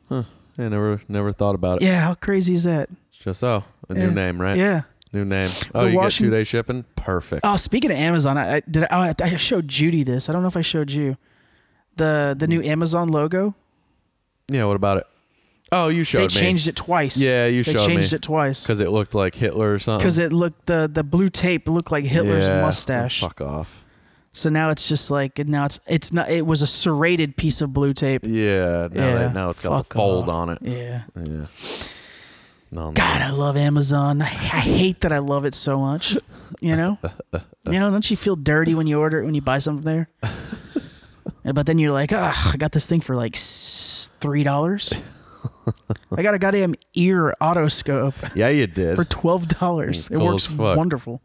I never never thought about it. Yeah, how crazy is that? It's just oh, a new name, right? Yeah. New name. Oh, you Washing- get two day shipping? Perfect. Oh, speaking of Amazon, I, I did. I, I showed Judy this. I don't know if I showed you the the new Amazon logo. yeah, what about it? Oh, you showed They me. changed it twice. Yeah, you they showed me. changed it twice Because it looked like Hitler or something. because it looked the the blue tape looked like Hitler's Yeah. mustache. Fuck off. So now it's just like now it's it's not. It was a serrated piece of blue tape. Yeah. Now, Yeah, That, now it's got fuck the fold off. on it. Yeah. Yeah. Nonsense. God, I love Amazon. I, I hate that I love it so much. You [laughs] know, you know, don't you feel dirty when you order it when you buy something [laughs] there? Yeah, but then you're like, ah, I got this thing for like s- three dollars. I got a goddamn ear otoscope Yeah, you did. for twelve dollars. It cool works as fuck. wonderful.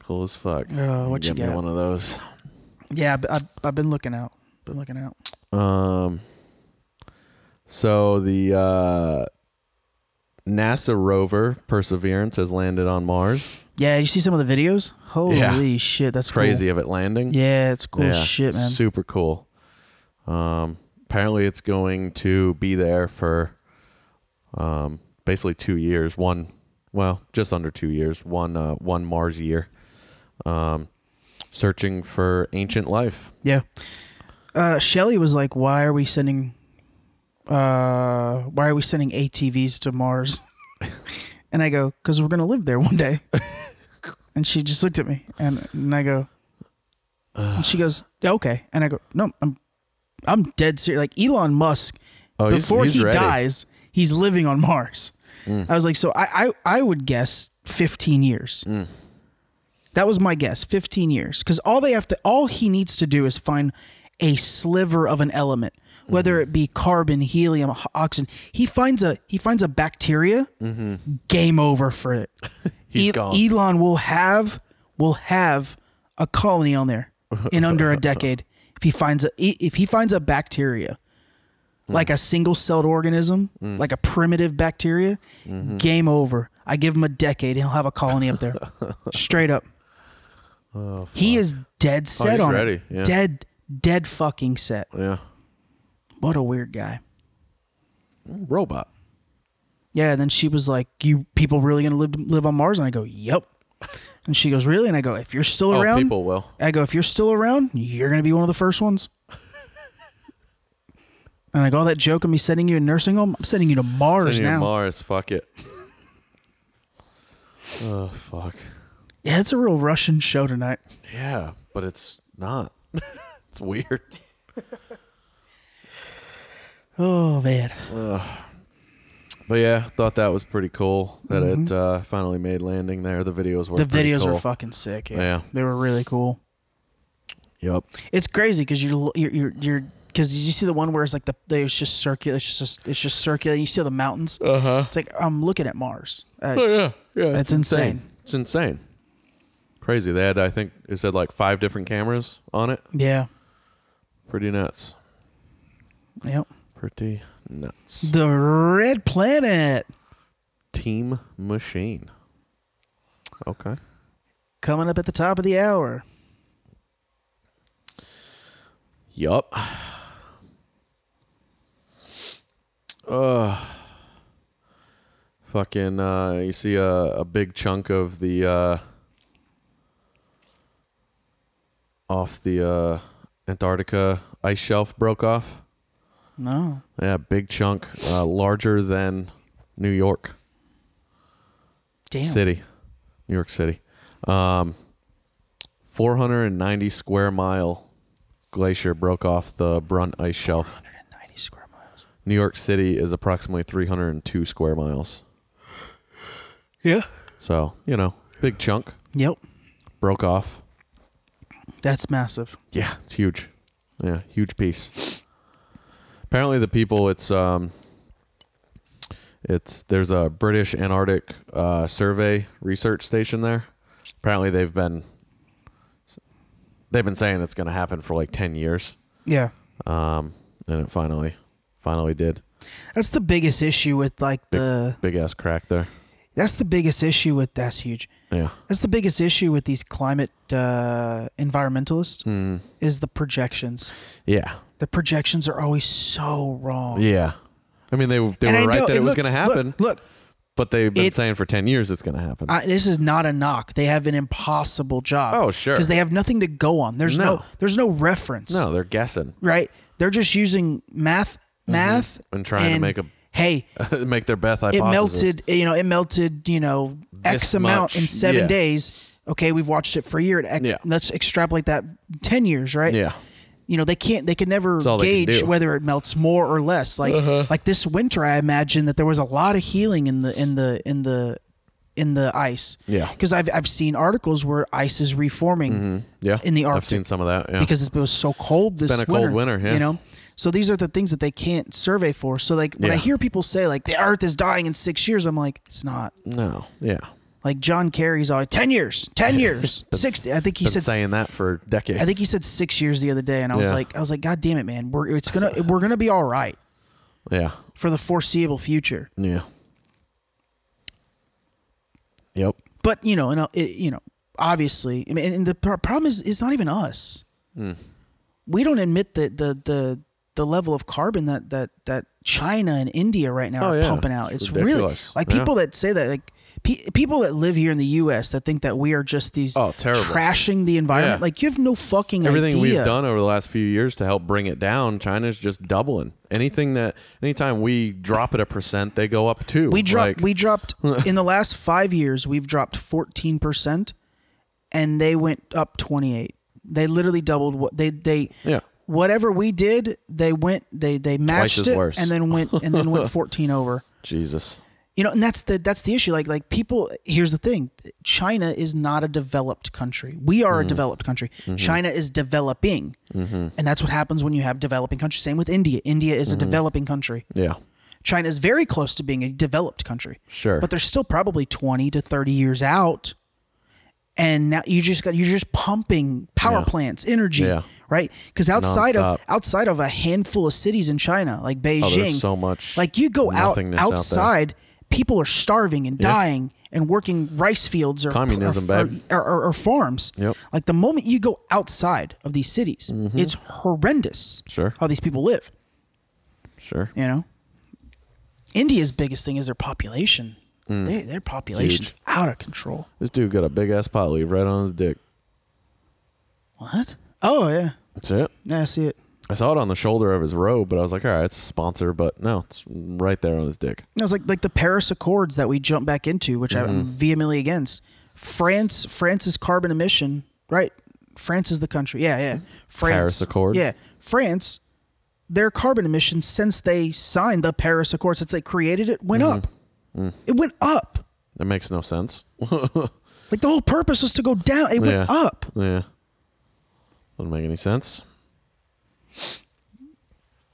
cool as fuck. Oh, what you get me got? one of those. Yeah, but uh, I've, I've been looking out. Been looking out. So the uh, NASA rover Perseverance has landed on Mars. Yeah, you see some of the videos? Holy Yeah. shit, that's cool. Crazy of it landing. Yeah, it's cool Yeah, as shit, man. Super cool. Um, apparently, it's going to be there for um, basically two years. One, well, just under two years. One, uh, one Mars year. Um, searching for ancient life. Yeah. Uh, Shelly was like, "Why are we sending? Uh, why are we sending ATVs to Mars?" [laughs] and I go, "Cause we're gonna live there one [laughs] day." and she just looked at me, and and I go, and she goes, "Yeah, okay." And I go, "No, I'm, I'm dead serious. Like Elon Musk, Oh, he's- before he's he ready. Mm. dies, he's living on Mars." I was like, "So I, I, I would guess 15 years." Mm. That was my guess. 15 years. Because all they have to, all he needs to do is find a sliver of an element, whether Mm. it be carbon, helium, h- oxygen. He finds a he finds a bacteria. Game over for it. [laughs] He's E- gone. Elon will have will have a colony on there in [laughs] under a decade if he finds a e- if he finds a bacteria. Hmm. Like a single celled organism, like a primitive bacteria, Mm-hmm. game over. I give him a decade, he'll have a colony up [laughs] there. Straight up. He is dead set Oh, he's on ready, it. yeah. Dead, dead fucking set. Yeah, What a weird guy. robot. Yeah. And then she was like, "You people really gonna live live on Mars?" And I go, "Yep." And she goes, "Really?" And I go, "If you're still Oh, around, people will. I go, if you're still around, you're gonna be one of the first ones." and like all that joke of me sending you to nursing home, I'm sending you to Mars Sending you now. to Mars. [laughs] Fuck it. oh fuck. Yeah, it's a real Russian show tonight. Yeah, but it's not. [laughs] [laughs] it's weird. Oh man. But yeah, thought that was pretty cool that it uh, finally made landing there. The videos Mm-hmm. were The pretty videos cool. were fucking sick. Yeah. They were really cool. Yep. It's crazy because you're you're you're. you're because did you see the one where it's like the they- it's just circular, it's just it's just circular. You see all the mountains. Uh Uh-huh. huh. It's like I'm looking at Mars. Uh, Oh, yeah, yeah. That's insane. It's insane. Crazy. They had, I think, it said like five different cameras on it. yeah. Pretty nuts. Yep. Pretty nuts. The Red Planet Team Machine. Okay. coming up at the top of the hour. Yup. [sighs] Uh, fucking. Uh, you see a, a big chunk of the uh, off the uh, Antarctica ice shelf broke off. No. Yeah, big chunk, uh, larger than New York Damn. City, New York City. Um, 490 square mile glacier broke off the Brunt ice shelf. 190 square miles. New York City is approximately 302 square miles. Yeah. So, you know, big chunk Yep. broke off. That's massive. Yeah, it's huge. Yeah, huge piece. Apparently the people it's um it's there's a British Antarctic uh, survey research station there. Apparently they've been they've been saying it's going to happen for like 10 years. Yeah. Um and it finally finally did. That's the biggest issue with like the Big ass crack there. that's the biggest issue with that's huge. Yeah. That's the biggest issue with these climate uh, environmentalists Hmm. is the projections. Yeah. The projections are always so wrong. Yeah. I mean, they, they And I were right know- that it and was look- going to happen, Look, look but they've been it- saying for 10 years it's going to happen. I, this is not a knock. They have an impossible job. Oh, sure. Because they have nothing to go on. There's no, No. there's no reference. no, they're guessing. Right? They're just using math, math, And trying to make a- Hey, Make their [laughs] best it hypothesis. melted eh, you know it melted you know x This amount much, in seven yeah. days okay we've watched it for a year and ex- Yeah. let's extrapolate that 10 years right Yeah. you know they can't they can never all they can gauge do. Uh-huh. whether it melts more or less like like this winter i imagine that there was a lot of healing in the in the in the in the ice Yeah. Mm-hmm. because i've i've seen articles where ice is reforming Yeah. in the I've seen Arctic some of that. Yeah. because it was so cold this been a winter. cold winter, yeah. You know, so these are the things that they can't survey for. So like when I Yeah. hear people say like the Earth is dying in six years, I'm like it's not. no. Yeah. Like John Kerry's always ten years, ten [laughs] years, sixty. I think he Been said. saying that for decades. I think he said six years the other day, and I was Yeah. like, I was like, God damn it, man, we're it's gonna we're gonna be all right Yeah. for the foreseeable future. Yeah. Yep. But you know, and uh, it, you know, obviously, I mean, and- and the pro- problem is, it's not even us. Hmm. We don't admit that the the the level of carbon that that that China and India right now Oh, are yeah. pumping out. It's, It's really ridiculous. like Yeah. people that say that like. pe- People that live here in the U.S. that think that we are just these Oh, terrible. trashing the environment, Yeah. like you have no fucking Everything idea. we've done over the last few years to help bring it down, China's just doubling. Anything that, anytime we drop it a percent, they go up too. We dropped. Like, we [laughs] dropped in the last five years. We've dropped fourteen percent, and they went up twenty eight. They literally doubled what they they Yeah. whatever we did. They went they they matched as it worse. and then went and [laughs] then went fourteen over. Jesus. You know, and that's the that's the issue. Like like people. Here's the thing: China is not a developed country. We Mm-hmm. are a developed country. China is developing, and that's what happens when you have developing countries. Same with India. India is Mm-hmm. a developing country. Yeah. China is very close to being a developed country. Sure. But they're still probably 20 to 30 years out. And now you just got you're just pumping power Yeah. plants, energy, Yeah. right? Because outside Nonstop. Oh, of outside of a handful of cities in China, like Beijing, so much like you go out nothingness out there. outside, people are starving and dying and working rice fields or Communism, or, babe. or, or, or farms. Yep. Mm-hmm. Like the moment you go outside of these cities, it's horrendous. Sure. how these people live. Sure. You know, India's biggest thing is their population. They, their population's Mm. Huge. out of control. This dude got a big ass pot leaf right on his dick. What? Oh yeah, That's it. yeah, I see it. I saw it on the shoulder of his robe, but I was like, all right, it's a sponsor, but no, it's right there on his dick. No, it's like like the Paris Accords that we jump back into, which Mm-hmm. I'm vehemently against. France, France's carbon emission, right? France is the country. Yeah, yeah. France, Paris Accord. Yeah, France their carbon emissions since they signed the Paris Accord, since they created it, went Mm-hmm. up. Mm. It went up. That makes no sense. [laughs] Like the whole purpose was to go down. It Yeah. went up. Yeah. Doesn't make any sense.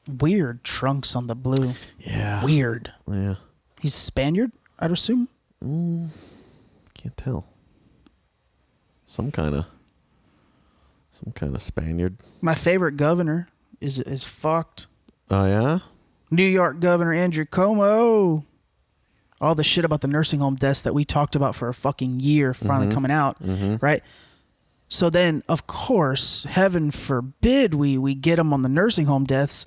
Weird trunks on the blue. Yeah. Weird. Yeah. He's Spaniard, I'd assume. Can't tell. Some kind of. Some kind of Spaniard. My favorite governor is is fucked. Oh yeah. New York Governor Andrew Cuomo. All the shit about the nursing home deaths that we talked about for a fucking year Mm-hmm. finally coming out, right? So then, of course, heaven forbid we we get him on the nursing home deaths.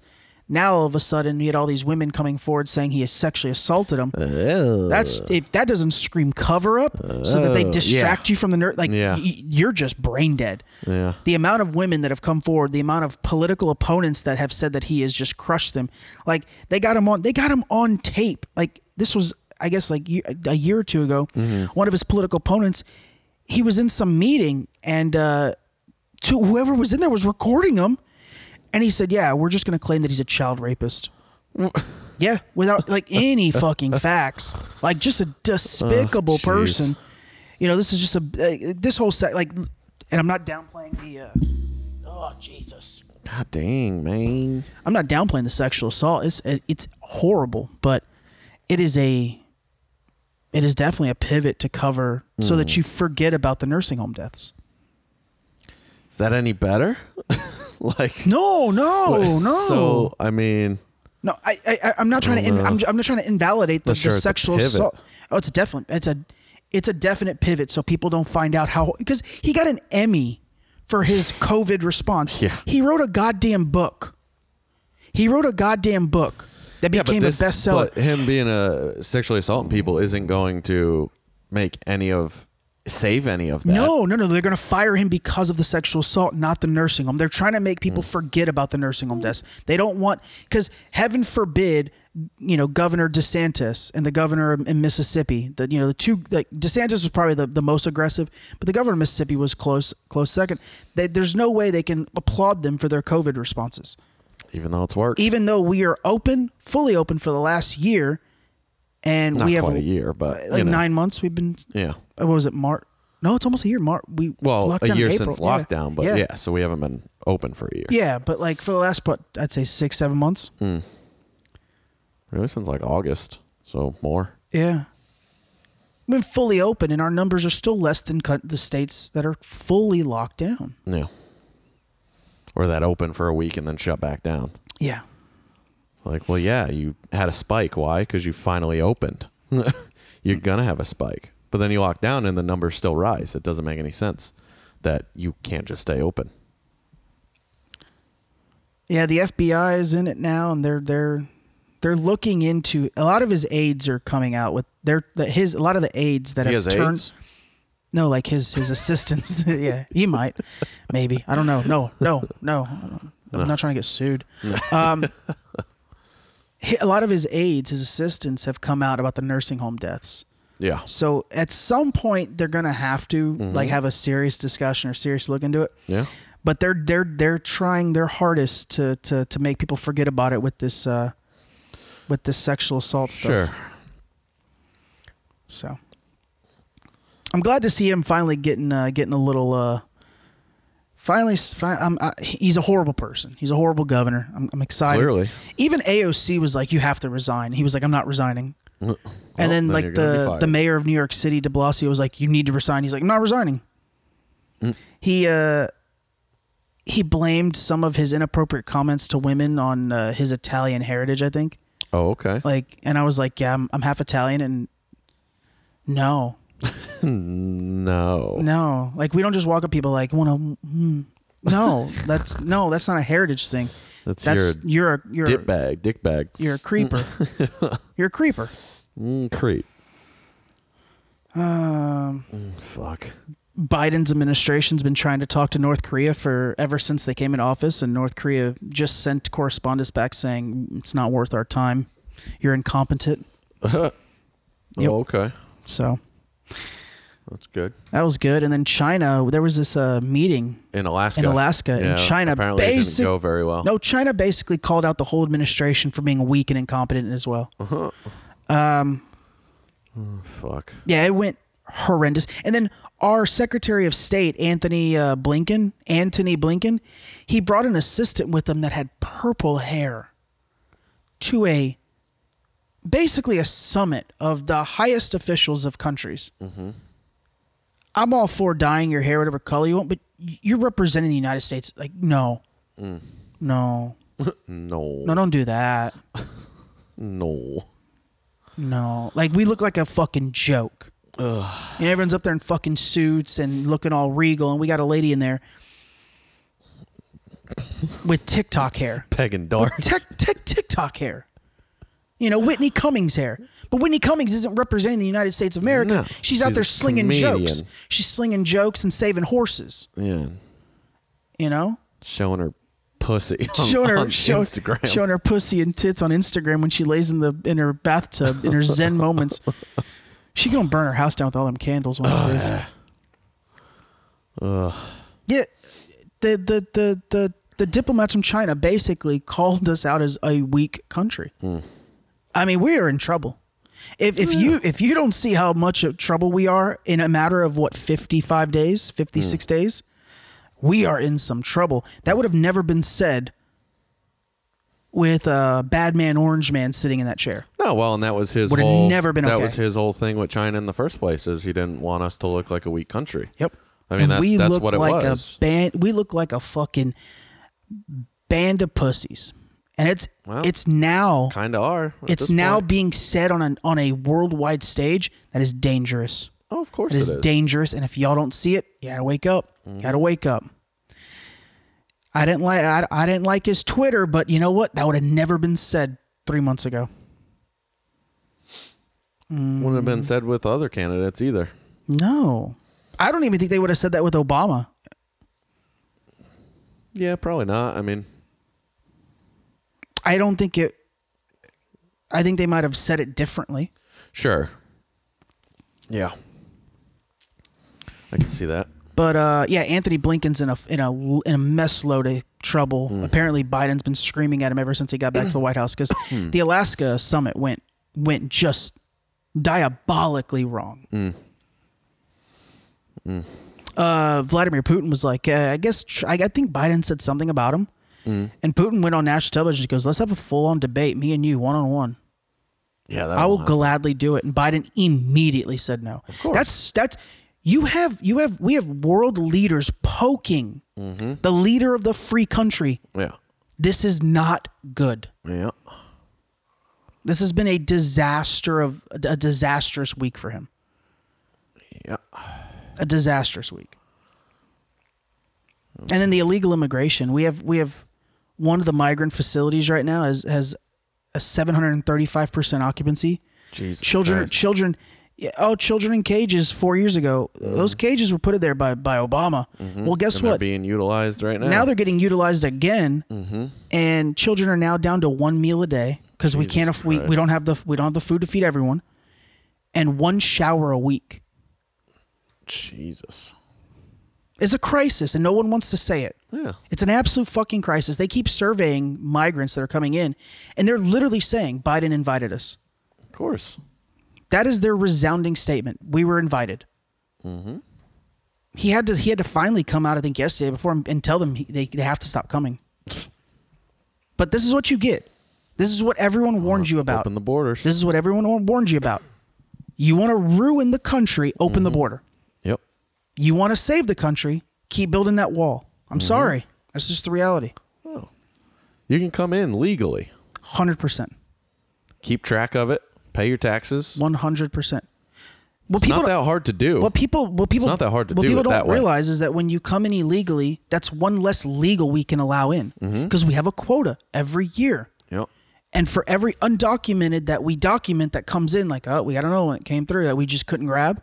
Now all of a sudden, you had all these women coming forward saying he has sexually assaulted them. That's Uh. if that doesn't scream cover up, so that they distract you from the nerd. Like Yeah. Uh. y- you're just brain dead. Yeah. The amount of women that have come forward, the amount of political opponents that have said that he has just crushed them. Like they got him on, they got him on tape. Like this was, I guess, like ye- a year or two ago. One of his political opponents, he was in some meeting, and uh, to whoever was in there was recording him, and he said, "Yeah, we're just going to claim that he's a child rapist." Yeah, without [laughs] like any fucking facts. Like just a despicable jeez. person. You know, this is just a uh, this whole set like and I'm not downplaying the uh Oh Jesus. God dang man. I'm not downplaying the sexual assault. It's it's horrible, but it is a it is definitely a pivot to cover so that you forget about the nursing home deaths. Is that any better? [laughs] like. No, no, no. So I mean, No, I, I I- I'm not trying to. In, I'm, I'm not trying to invalidate the, But Uh, sure, the it's a sexual pivot. assault. Oh, it's a definite. It's a it's a definite pivot, so people don't find out how because he got an Emmy for [sighs] his COVID response. Yeah. he wrote a goddamn book. He wrote a goddamn book that yeah, but became this, a bestseller. but him being a sexually assaulting people isn't going to make any of save any of that. No, no, no. They're going to fire him because of the sexual assault, not the nursing home. They're trying to make Mm. people forget about the nursing home deaths. They don't want, because heaven forbid, you know, Governor DeSantis and the governor in Mississippi, the, you know, the two, like DeSantis was probably the, the most aggressive, but the governor of Mississippi was close, close second. They, there's no way they can applaud them for their COVID responses even though it's worked. even though we are open, fully open for the last year, and Not we have quite a year, but, like you know. nine months. We've been Yeah. Uh, What was it March? No, it's almost a year. March. We well, locked down in a year April. since Yeah. lockdown, but yeah. so we haven't been open for a year. yeah, But like for the last, but I'd say six, seven months. Hmm. Really, since like August, so more. Yeah, we've been fully open, and our numbers are still less than cut the states that are fully locked down. Yeah. Or that open for a week and then shut back down. Yeah, Like, well, yeah, you had a spike. Why? Because you finally opened. [laughs] You're gonna have a spike, but then you lock down and the numbers still rise. It doesn't make any sense that you can't just stay open. yeah. The FBI is in it now, and they're they're they're looking into a lot of his aides are coming out with their the, his a lot of the aides that He have has turned. AIDS. No, like his his assistants. [laughs] yeah, he might, maybe. I don't know. No, no, no. I don't- I'm not trying to get sued. Um, he- a lot of his aides, his assistants, have come out about the nursing home deaths. Yeah. So at some point, they're gonna have to like have a serious discussion or serious look into it. Yeah. But they're they're they're trying their hardest to to to make people forget about it with this uh with this sexual assault stuff. Sure. So I'm glad to see him finally getting uh, getting a little. Uh, finally, s- fi- I'm, I, he's a horrible person. He's a horrible governor. I'm, I'm excited. Clearly. even AOC was like, "You have to resign." He was like, "I'm not [laughs] resigning." and then, then like you're gonna be the fired. the mayor of New York City, De Blasio, was like, "You need to resign." He's like, "I'm not resigning." Mm. He uh, he blamed some of his inappropriate comments to women on uh, his Italian heritage. I think Oh, okay. like and i was like yeah i'm, I'm half italian and no no. no like we don't just walk up people like want to mm. no that's no that's not a heritage thing That's your you're a you're Dip a, bag, dick bag, you're a creeper you're a creeper mm, creep. Um. Fuck. biden's administration's been trying to talk to north korea for ever since they came in office and north korea just sent correspondence back saying it's not worth our time you're incompetent Oh, okay. so That's good. That was good. And then China, there was this uh, meeting In Alaska. in Alaska, Yeah, and China apparently it basic- didn't go very well. No, China basically called out the whole administration for being weak and incompetent as well. Fuck. Yeah, it went horrendous. And then our Secretary of State, Anthony uh, Blinken, Anthony Blinken, he brought an assistant with him that had purple hair to a basically a summit of the highest officials of countries. I'm all for dyeing your hair whatever color you want, but you're representing the United States. Like, no, no, No. no, don't do that. No. No, like we look like a fucking joke. And everyone's up there in fucking suits and looking all regal, and we got a lady in there with TikTok hair, Pegging darts. Tick tick TikTok hair. You know Whitney Cummings hair, but Whitney Cummings isn't representing the United States of America. No, she's, she's out there a slinging comedian. jokes. She's slinging jokes and saving horses. yeah. You know, Showing her pussy [laughs] on, showing her on show- Instagram. showing her pussy and tits on Instagram when she lays in the in her bathtub in her [laughs] Zen moments. She gonna burn her house down with all them candles one of these [sighs] days. Yeah, the the the the the diplomats from China basically called us out as a weak country. Hmm. I mean, we are in trouble. If if you if you don't see how much of trouble we are in a matter of what fifty five days, fifty six Hmm. days, we are in some trouble. That would have never been said with uh, bad man, orange man sitting in that chair. No, well, and that was his Would've whole. never been that okay. was his whole thing with China in the first place is he didn't want us to look like a weak country. Yep. I mean, And that- that's what it like was. a band. We look like a fucking band of pussies, and it's Well, it's now Kind of are. at it's this now point. being said on an on a worldwide stage that is dangerous. oh, of course It is it is. Mm-hmm. dangerous, and if y'all don't see it, you gotta wake up. You gotta wake up. I didn't like I, I didn't like his Twitter, but you know what? That would have never been said three months ago. Wouldn't have been said with other candidates either. No, I don't even think they would have said that with Obama. Yeah, probably not. I mean, I don't think it. I think they might have said it differently. sure. Yeah. I can see that. But uh, yeah, Anthony Blinken's in a in a in a mess load of trouble. Apparently, Biden's been screaming at him ever since he got back to the White House because the Alaska summit went went just diabolically wrong. Uh, Vladimir Putin was like, uh, I guess tr- I, I think Biden said something about him, and Putin went on national television. and goes, "Let's have a full on debate, me and you, one on one." Yeah, that I will won't gladly do it. And Biden immediately said no. That's that's you have you have we have world leaders poking the leader of the free country. happen. This is not good. Yeah. Yeah. This has been a disaster of a disastrous week for him. Yeah. A disastrous week. And then the illegal immigration. We have we have one of the migrant facilities right now has has a 735% occupancy. Jesus children Christ. children yeah, oh children in cages 4 years ago. Those cages were put in there by by Obama. Well, guess And Mm-hmm. they're what? being utilized right now. now they're getting utilized again, Mm-hmm. and children are now down to one meal a day because we can't. If we, we Christ. don't have the we don't have the food to feed everyone, and one shower a week. Jesus. It's a crisis, and no one wants to say it. Yeah. It's an absolute fucking crisis. They keep surveying migrants that are coming in, and they're literally saying Biden invited us. Of course. That is their resounding statement. We were invited. Mm-hmm. He had to. He had to finally come out. I think yesterday before and- and tell them he, they they have to stop coming. But this is what you get. This is what everyone warned you about. Open the borders. This is what everyone wa- warned you about. You want to ruin the country? Open Mm-hmm. the border. yep. You want to save the country? Keep building that wall. I'm Mm-hmm. sorry. That's just the reality. You can come in legally. Hundred percent. Keep track of it. Pay your taxes. One hundred percent. Well, it's not that hard to do. What people, what people, not that hard to what do people it don't that way. realize is that when you come in illegally, that's one less legal we can allow in Mm-hmm. because we have a quota every year. Yep. And for every undocumented that we document that comes in, like, oh, we got another one that came through that we just couldn't grab,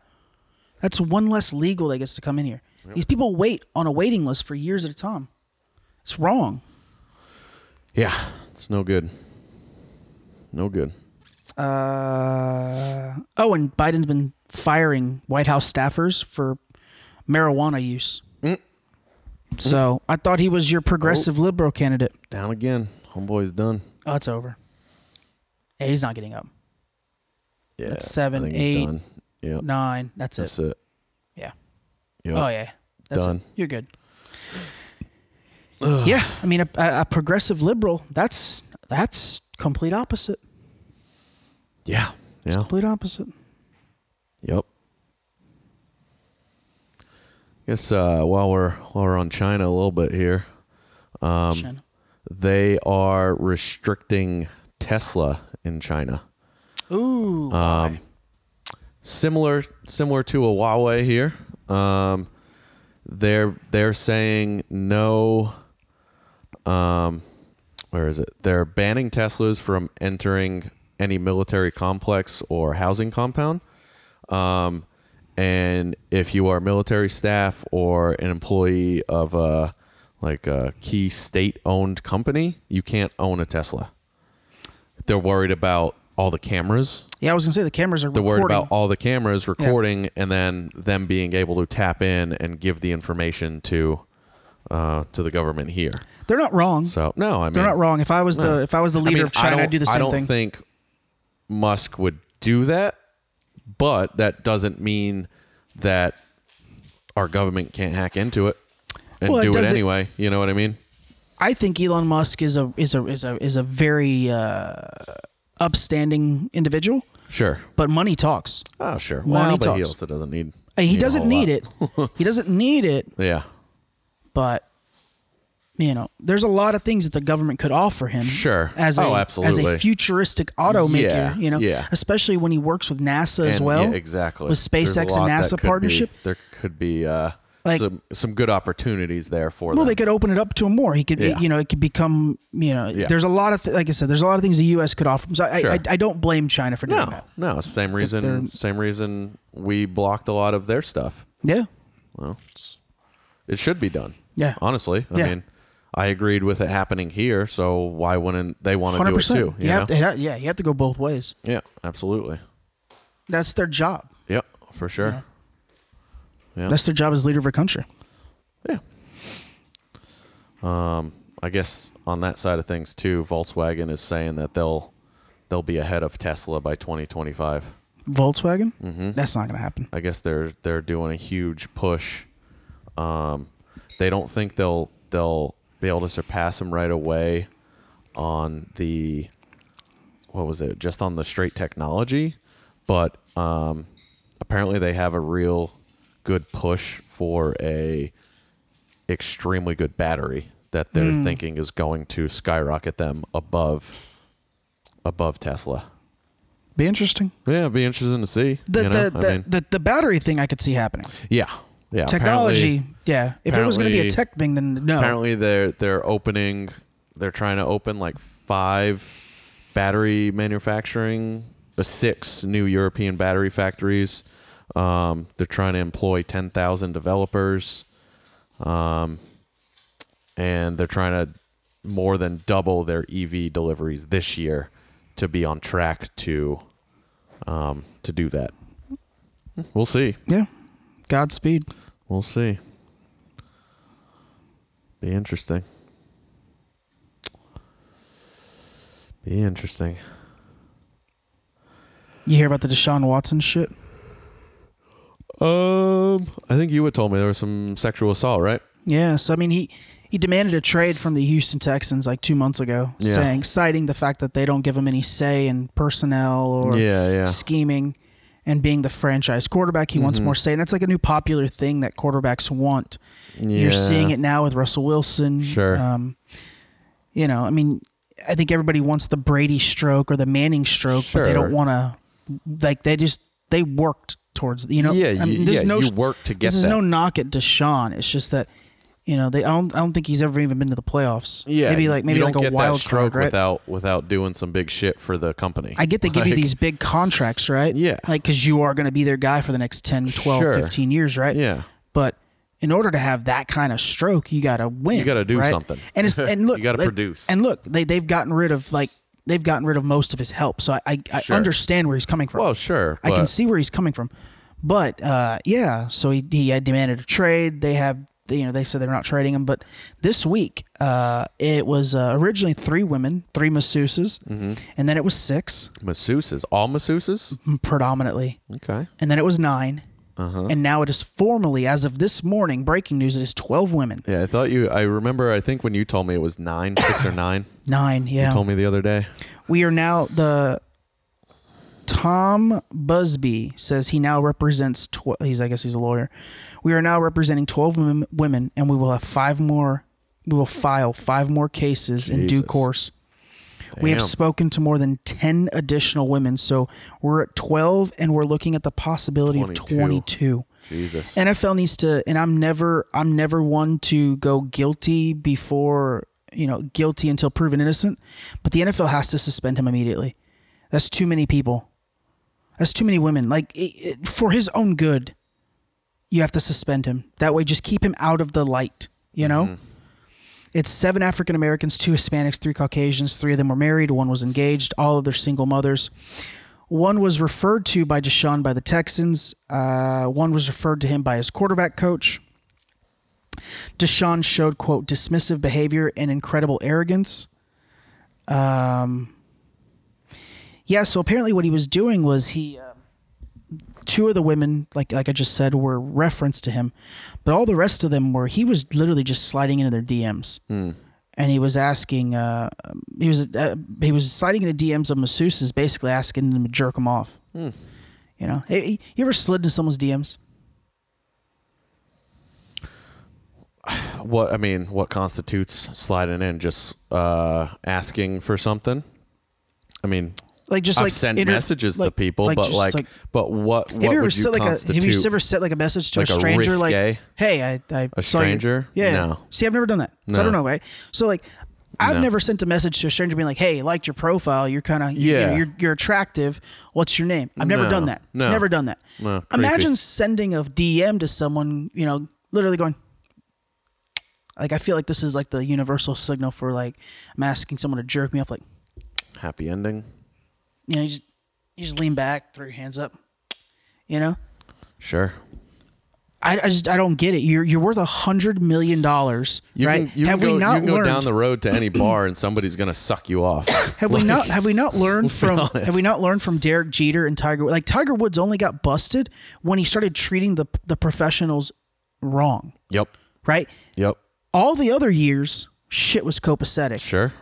that's one less legal that gets to come in here. These people wait on a waiting list for years at a time. It's wrong. Yeah. It's no good. No good. Uh, oh, and Biden's been firing White House staffers for marijuana use. Mm. So I thought he was your Oh. progressive liberal candidate. Down again. Homeboy's done. Oh, it's over. Hey, he's not getting up. Yeah. That's seven, I think he's eight, done. Yeah. Nine. That's, That's it. it. Yeah. Yep. Oh yeah. That's Done. It. You're good. Yeah, I mean a, a progressive liberal. That's that's complete opposite. Yeah. Yeah. Complete opposite. Yep. Guess uh, while we're while we're on China a little bit here, Um, Shannon. they are restricting Tesla in China. Um, Ooh. Similar similar to a Huawei here. Um, they're they're saying no. Um, where is it? They're banning Teslas from entering any military complex or housing compound. Um, and if you are military staff or an employee of a like a key state-owned company, you can't own a Tesla. They're worried about all the cameras. yeah, I was gonna say the cameras are They're worried recording. about all the cameras recording, and then them being able to tap in and give the information to uh, to the government here. They're not wrong. So no, I mean They're not wrong. If I was no. the if I was the leader mean, of China, don't- I'd do the I same don't thing. think Musk would do that, but that doesn't mean that our government can't hack into it and Well, it do it, doesn't- anyway. You know what I mean? I think Elon Musk is a is a is a is a very uh, upstanding individual, Sure. but money talks. Oh, sure. Money Well, but he talks. also doesn't need. He a doesn't whole need it. lot. he doesn't need it, Yeah. but you know, there's a lot of things that the government could offer him. Sure. As Oh, a, As absolutely. a futuristic automaker, Yeah, you know, yeah. especially when he works with NASA as And, well. yeah, exactly. With There's a SpaceX and lot that NASA could be- partnership. there could be uh, Like- some some good opportunities there for Well, them. they could open it up to him more. He could, Yeah. you know, it could become, you know, there's a lot of, th- like I said, there's a lot of things the U.S. could offer. him. So I, Sure. I, I don't blame China for doing No, that. no. Same reason. they're- Same reason we blocked a lot of their stuff. Yeah. Well, it's, it should be done. Yeah. Honestly, I Yeah. mean, I agreed with it happening here, so why wouldn't they want to Hundred do it too? percent. You You have know? to, yeah, you have to go both ways. yeah, absolutely. That's their job. Yep, for sure. Yeah. That's their job as leader of a country. Yeah. Um, I guess on that side of things too, Volkswagen is saying that they'll they'll be ahead of Tesla by 2025. Volkswagen. Mm. Mm-hmm. That's not going to happen. I guess they're they're doing a huge push. Um, they don't think they'll they'll be able to surpass them right away on the what was it? Just on the straight technology, but um, apparently they have a real good push for a extremely good battery that they're Hmm. thinking is going to skyrocket them above above Tesla. Be interesting. Yeah, it'd be interesting to see. The you know? the, I the, mean- the the battery thing I could see happening. Yeah. Yeah. Technology. Apparently, yeah. If it was going to be a apparently- tech thing, then no. apparently they're they're opening they're trying to open like five battery manufacturing uh, six new European battery factories. Um, they're trying to employ ten thousand developers. Um, and they're trying to more than double their EV deliveries this year to be on track to um, to do that. We'll see. Yeah. Godspeed. We'll see. Be interesting. Be interesting. You hear about the Deshaun Watson shit? Um, I think you had told me there was some sexual assault, right? Yeah. So I mean, he he demanded a trade from the Houston Texans like two months ago, Yeah. saying citing the fact that they don't give him any say in personnel or Yeah, yeah. Mm-hmm. scheming, and being the franchise quarterback, he wants more say. And that's like a new popular thing that quarterbacks want. You're Yeah. seeing it now with Russell Wilson. Sure. Um, you know, I mean, I think everybody wants the Brady stroke or the Manning stroke, but they Sure. don't want to. Like they just they worked towards you know. Yeah, I you- mean, there's yeah, no you sh- worked to get This is that. no knock at Deshaun. It's just that you know they. I don't. I don't think he's ever even been to the playoffs. maybe like maybe you don't like a get that wild stroke card, right? without without doing some big shit for the company. I get they give you [laughs] Like, these big contracts, right? Yeah. Like cuz you are going to be their guy for the next 10, 12, Sure. 15 years, right? Yeah. But in order to have that kind of stroke, you got to win. You gotta do right? something. And it's [laughs] and look, You gotta like- produce. And look, they they've gotten rid of like they've gotten rid of most of his help. So I I, I Sure. understand where he's coming from. Well, sure, I can but- see where he's coming from. But uh, yeah, so he, he had demanded a trade. They have, you know, they said they're not trading him. But this week, uh, it was uh, originally three women, three masseuses, and then it was six mm, Masseuses. All masseuses? Mm-hmm. predominantly, Okay. and then it was 9 and now it is formally, as of this morning, breaking news. It is twelve women, Yeah, I thought you. I remember. I think when you told me it was nine, six or nine. nine. Yeah, You told me the other day. we are now the Tom Busby says he now represents tw- he's I guess he's a lawyer. We are now representing 12 women, women and we will have five more we will file five more cases in due Jesus. course. We have Damn. spoken to more than 10 additional women, so we're at 12 and we're looking at the possibility of 22. 22. Jesus. NFL needs to and I'm never I'm never one to go guilty before you know guilty until proven innocent but the NFL has to suspend him immediately that's too many people that's too many women like it, it- for his own good you have to suspend him that way just keep him out of the light you know it's seven African Americans, two Hispanics, three Caucasians. Three of them were married, one was engaged, all of their single mothers. One was referred to by Deshaun by the Texans, uh, one was referred to him by his quarterback coach. Deshaun showed, quote, dismissive behavior and incredible arrogance. Um, yeah, so apparently what he was doing was he. Uh, Two of the women, like like I just said, were referenced to him, but all the rest of them were. He was literally just sliding into their DMs Hmm. and he was asking, uh, um, he was uh, he was sliding into DMs of masseuses, basically asking them to jerk him off. Hmm. You know, Hey, hey, you ever slid into someone's DMs? what I mean, what constitutes sliding in? Just uh, asking for something. I mean, Like just I've like sent inter- messages to like- people, but just, like, but what? have What you ever would you sent like a constitute? have you ever sent like a message to like a a stranger like risque? hey I I A saw you." stranger? yeah No. see I've never done that so I No. don't know right so like I've No. never sent a message to a stranger being like hey liked your profile you're kind of yeah you Yeah. know, you're you're attractive what's your name I've never No. done that No. never done that No, creepy. imagine sending a DM to someone you know literally going like I feel like this is like the universal signal for like I'm asking someone to jerk me off like happy ending? you know you just you just lean back throw your hands up you know Sure. I, I just I don't get it. You're you're worth a hundred million dollars, You right? Can, you have can go, we not you can go learned? down the road to [clears throat] any bar and somebody's gonna suck you off? [coughs] have we [laughs] not have we not learned let's be from honest. have we not learned from Derek Jeter and Tiger? Like Tiger Woods only got busted when he started treating the the professionals wrong, yep. right? Yep. All the other years, shit was copacetic. Sure.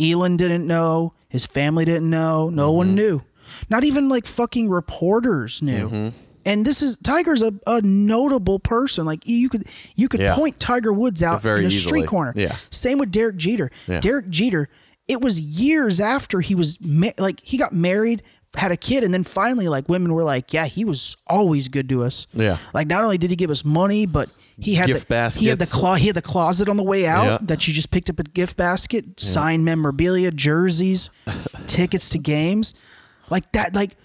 Elon didn't know. His family didn't know. No Mm-hmm. one knew. Not even like fucking reporters knew. Mm-hmm. And this is Tiger's a, a notable person. Like you could you could Yeah. point Tiger Woods out Very in a easily. street corner. Yeah. Same with Derek Jeter. Yeah. Derek Jeter. It was years after he was ma- like he got married, had a kid, and then finally like women were like, yeah, he was always good to us. Yeah. Like not only did he give us money, but he had Gift the he had the baskets. clo- he had the closet on the way out Yeah. that you just picked up at gift basket, signed memorabilia, [laughs] jerseys, tickets to games, like that. Like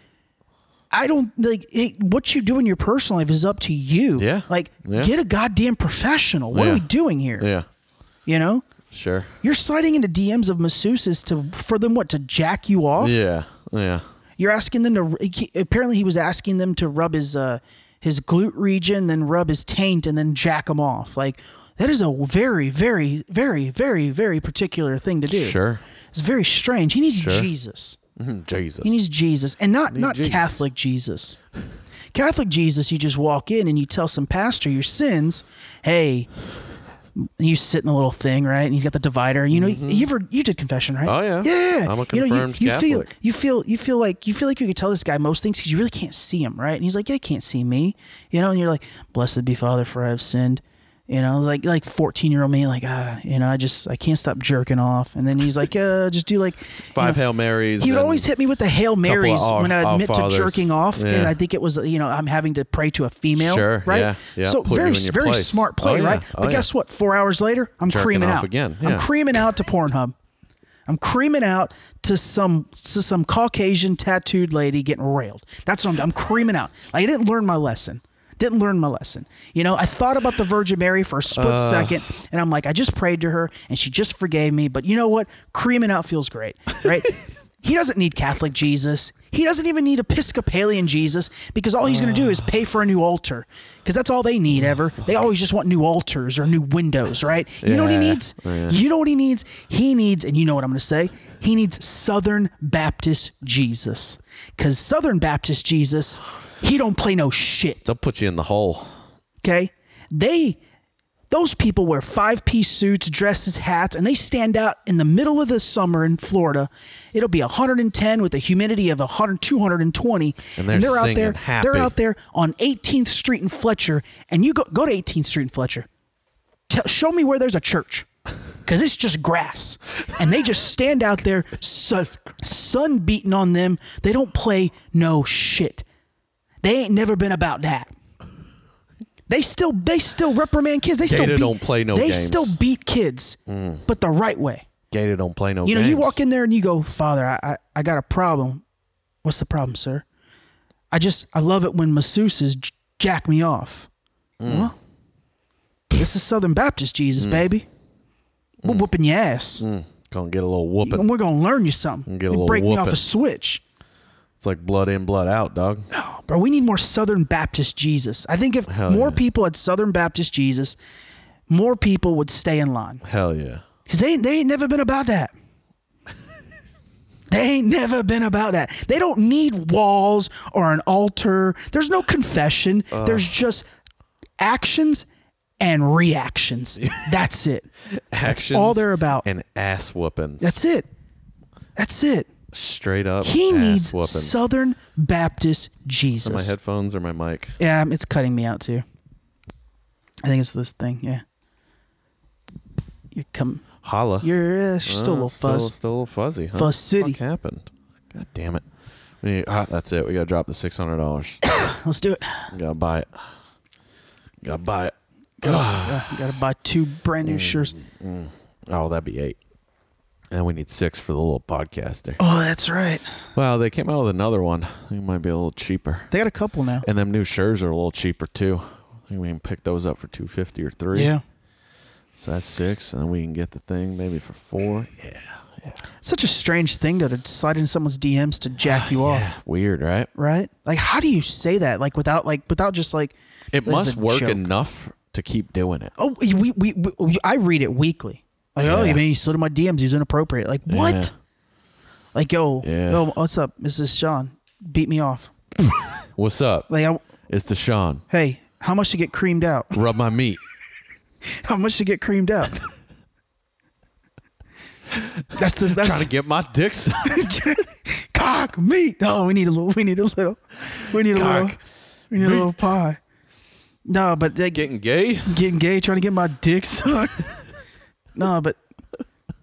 I don't like it, what you do in your personal life is up to you. Yeah. like Yeah. get a goddamn professional. What are Yeah. we doing here? Yeah. You know, Sure. you're sliding into DMs of masseuses to for them what to jack you off. Yeah. Yeah. You're asking them to. he- apparently, he was asking them to rub his uh his glute region, then rub his taint, and then jack him off. Like that is a very, very, very, very, very particular thing to do. Sure. it's very strange. He needs Sure. Jesus. Jesus. He needs Jesus, and not not Jesus. Catholic Jesus. Catholic Jesus, you just walk in and you tell some pastor your sins. Hey, you sit in a little thing, right? And he's got the divider. You know, you ever you did confession, right? Mm-hmm. Oh, yeah. yeah. I'm a you know, you, confirmed you feel Catholic. you feel you feel like you feel like you could tell this guy most things because you really can't see him, right? And he's like, yeah, I can't see me, you know. And you're like, blessed be Father, for I have sinned. You know, like like fourteen year old me, like ah, you know, I just I can't stop jerking off. And then he's like, uh, just do like Five you know, Hail Marys. he would and- always hit me with the Hail Marys Our- when I Our admit to Fathers. jerking off. And Yeah. I think it was, you know, I'm having to pray to a female. Sure, Right? yeah, yeah, So put you very, in your very place. smart play, Oh, yeah, right? oh, but yeah. guess what? Four hours later, I'm Jerking creaming off out. again, I'm yeah. creaming out to Pornhub. I'm creaming out to some to some Caucasian tattooed lady getting railed. That's what I'm I'm creaming out. I didn't learn my lesson. Didn't learn my lesson. You know, I thought about the Virgin Mary for a split second, and [laughs] I'm like, I just prayed to her, and she just forgave me. But you know what? Creaming out feels great, right? He doesn't need Catholic Jesus. He doesn't even need Episcopalian Jesus because all he's going to do is pay for a new altar because that's all they need ever. They always just want new altars or new windows, right? You know what he Yeah, needs? You know what he needs? He needs, and you know what I'm going to say, he needs Southern Baptist Jesus because Southern Baptist Jesus, he don't play no shit. They'll put you in the hole. Okay. They, those people wear five piece suits, dresses, hats, and they stand out in the middle of the summer in Florida. It'll be 110 with a humidity of 100, 220. And they're out singing there. happy. They're out there on 18th Street in Fletcher. And you go, go to 18th Street in Fletcher. Tell, show me where there's a church. Cause it's just grass, and they just stand out there, sun, sun beating on them. They don't play no shit. They ain't never been about that. They still they still reprimand kids. They still Gator beat, don't play no They games. Mm. still beat kids, but the right way. Gator don't play no You know, games. you walk in there and you go, Father, I, I I got a problem. What's the problem, sir? I just I love it when masseuses j- jack me off. Mm. Well, this is Southern Baptist Jesus, baby. We're Mm. whooping your ass, Gonna get a little whooping. and we're gonna learn you something. Get a You little break me off whooping. a switch. It's like blood in, blood out, dog. Bro, we need more Southern Baptist Jesus. I think if Hell more yeah. people had Southern Baptist Jesus, more people would stay in line. Hell yeah. Cause they they ain't never been about that. [laughs] they ain't never been about that. They don't need walls or an altar. There's no confession. Uh. There's just actions and [laughs] reactions. That's it. Actions. all they're about. And ass whoopings. That's it. That's it. straight up. He ass needs whoopings. Southern Baptist Jesus. my headphones or my mic. Yeah, um, it's cutting me out too. I think it's this thing. Yeah. You're come. Holla. You're, uh, you're still a Oh, little still, fuzz. Still a little fuzzy. Huh? Fuzz city. What happened? God damn it. We need- ah, that's it. We gotta drop the six hundred dollars. [coughs] Let's do it. gotta buy it. Gotta buy it. You gotta buy two brand Mm. new shirts. Oh, that'd be eight. And we need six for the little podcaster. Oh, that's right. Well, they came out with another one. I think it might be a little cheaper. They got a couple now. And them new shirts are a little cheaper too. I think we can pick those up for two fifty or three. Yeah. So that's six, and then we can get the thing maybe for four. Yeah. Such a strange thing though to slide into someone's DMs to Ah, jack you off, Weird, right? right? Like, how do you say that? Like, without like without just like It this is must a work joke. enough to keep doing it. Oh, we, we, we, we- I read it weekly. Like, oh, Yeah. you mean you slid in my DMs? He's inappropriate. Like, what? Yeah. Like, yo, Yeah. yo, what's up? This is Sean. Beat me off. What's up? Like, I, It's the Sean. hey, how much to get creamed out? [laughs] Rub my [laughs] meat. How much to get creamed out? [laughs] that's the that's Trying to get my dick [laughs] sucked. [laughs] cock meat. No, we need a little. We need a little. We need a little. Cock We need a little pie. No, but like, Getting gay? getting gay, trying to get my dick [laughs] sucked. no, but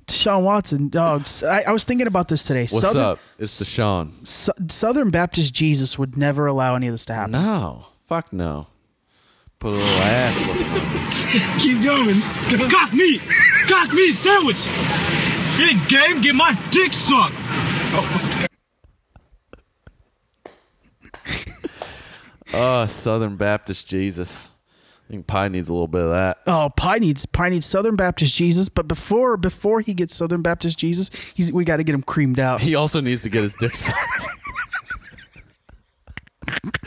Deshaun Watson, dog. I, I was thinking about this today. What's Southern, up? It's the Sean. Sou- Southern Baptist Jesus would never allow any of this to happen. No. Fuck no. Put a little ass with it. Keep going. Cock meat! Cock meat sandwich! In game, get my dick sucked! [laughs] Oh, Southern Baptist Jesus. I think Pie needs a little bit of that. [laughs] Oh, Pie needs Pie needs Southern Baptist Jesus, but before before he gets Southern Baptist Jesus, he's we got to get him creamed out. He also needs to get his dick sucked. [laughs]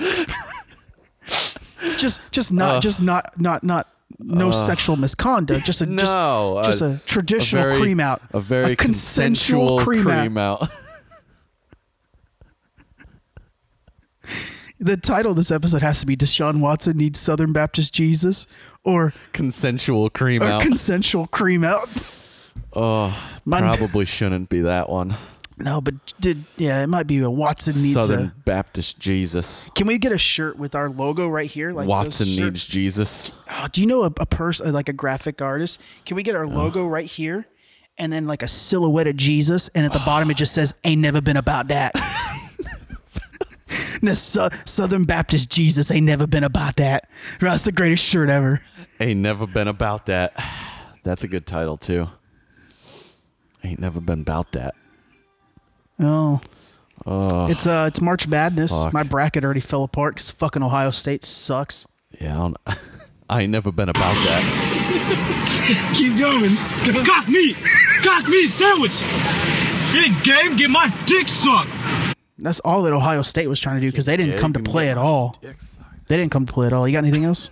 just just Uh. not just not not not no sexual misconduct [laughs] just a just- No, just, a, traditional very- cream out A very consensual, cream out. [laughs] the title of this episode has to be deshaun watson needs southern baptist jesus or consensual cream or out. consensual cream out oh Probably shouldn't be that one. no but did yeah it might be a watson needs Southern a Baptist Jesus. can we get a shirt with our logo right here like those Watson shirts- needs Jesus. Oh, do you know a, a person like a graphic artist? Can we get our logo right here, and then like a silhouette of Jesus, and at the bottom it just says "Ain't never been about [laughs] that." And the Sou- Southern Baptist Jesus ain't never been about that. Bro, That's the greatest shirt ever. Ain't never been about that. [sighs] That's a good title too. Ain't never been about that. Oh. It's uh, it's March Madness. Fuck. My bracket already fell apart because fucking Ohio State sucks. Yeah, I, don't, [laughs] I ain't never been about that. Keep going. Cock meat! Cock meat sandwich! In game, get my dick sucked. That's all that Ohio State was trying to do because they didn't Yeah, come to you can play get at my all. dick sucked. They didn't come to play at all. You got anything else?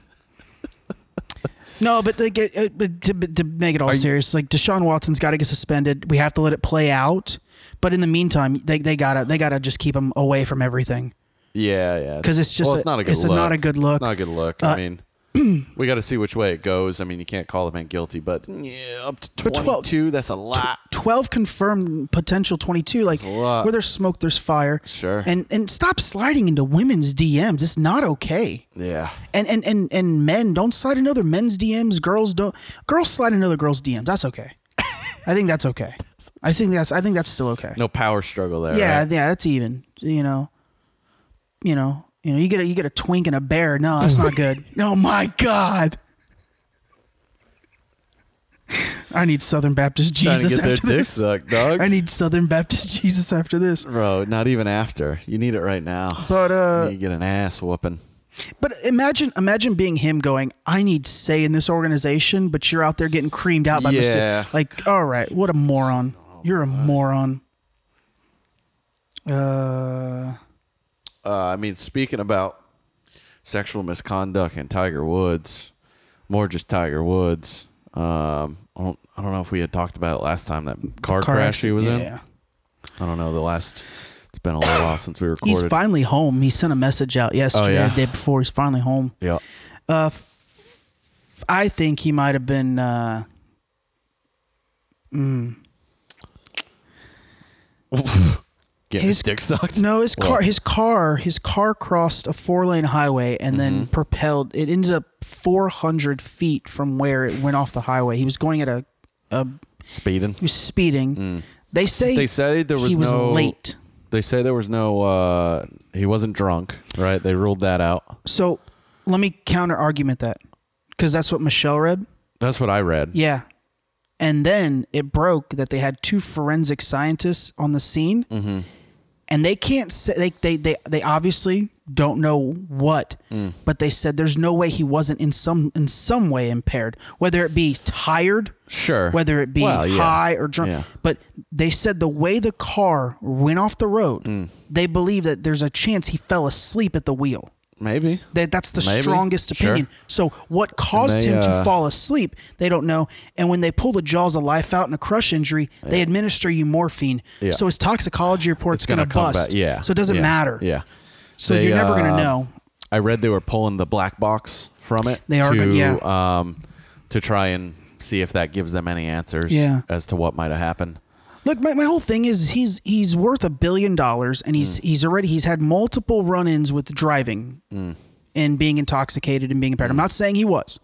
[laughs] no, but, like, it, it- but to, but to make it all serious, like Deshaun Watson's got to get suspended. We have to let it play out. But in the meantime, they, they gotta they gotta just keep him away from everything. Yeah, yeah. 'Cause it's just well, a- it's not a good it's a- look. not a good look. Uh, It's not a good look. I mean, [clears throat] we got to see which way it goes. I mean, you can't call the man guilty, but yeah, up to But 12 twenty-two. That's a lot. Twelve confirmed potential twenty two. Like a lot. where there's smoke, there's fire. Sure. And and stop sliding into women's DMs. It's not okay. Yeah, And and and and men don't slide into other men's DMs. Girls don't. Girls slide into other girls' DMs. That's okay. [laughs] I think that's [laughs] okay. I think that's I think that's still okay. no power struggle there. yeah, right? yeah, that's even. You know, you know, you know. You get a you get a twink and a bear. No, that's not [laughs] good. oh my god. I need Southern Baptist trying Jesus to get their after dick this. sucked, dog. I need Southern Baptist [laughs] Jesus after this. Bro, not even after. You need it right now. But uh, you get an ass whooping. But imagine, imagine being him going, "I need say in this organization," but you're out there getting creamed out by Mr. Yeah. Oh Like, all right, what a moron! You're a moron. Uh, I mean, speaking about sexual misconduct and Tiger Woods, more just Tiger Woods. Um, I don't, I don't know if we had talked about it last time that car, Car crash he was accident. in. Yeah. I don't know the last. It's been a little while since we recorded. He's finally home. He sent a message out yesterday, Oh, yeah? the day before. He's finally home. Yeah. I think he might have been. Uh, Getting His- his dick sucked. no, his Well, car, his car, his car crossed a four lane highway and Mm-hmm. then propelled. It ended up 400 feet from where it went off the highway. He was going at a speeding. he was speeding. They say Mm. They say there was he was no- late. They say there was no. Uh, he wasn't drunk, right? They ruled that out. So let me counter argument that because that's what Michelle read. That's what I read. Yeah, and then it broke that they had two forensic scientists on the scene, Mm-hmm. and they can't say they they they, they obviously don't know what, Mm. but they said there's no way he wasn't in some in some way impaired, whether it be tired. Sure. Whether it be Well, yeah. high or drunk, Yeah. but they said the way the car went off the road, Mm. they believe that there's a chance he fell asleep at the wheel. Maybe. That that's the Maybe. strongest Sure. opinion. So what caused they, him to uh, fall asleep? They don't know. And when they pull the jaws of life out in a crush injury, they administer you morphine. Yeah. So his toxicology report's It's going to come back- bust. Yeah. So it doesn't yeah, matter. Yeah. So you're never going uh, to know. I read they were pulling the black box from it. They are to, gonna- yeah. Um, to try and see if that gives them any answers Yeah. as to what might have happened. Look, my, my whole thing is he's he's worth a billion dollars, and he's Mm. he's already he's had multiple run-ins with driving Mm. and being intoxicated and being impaired. I'm not saying he was.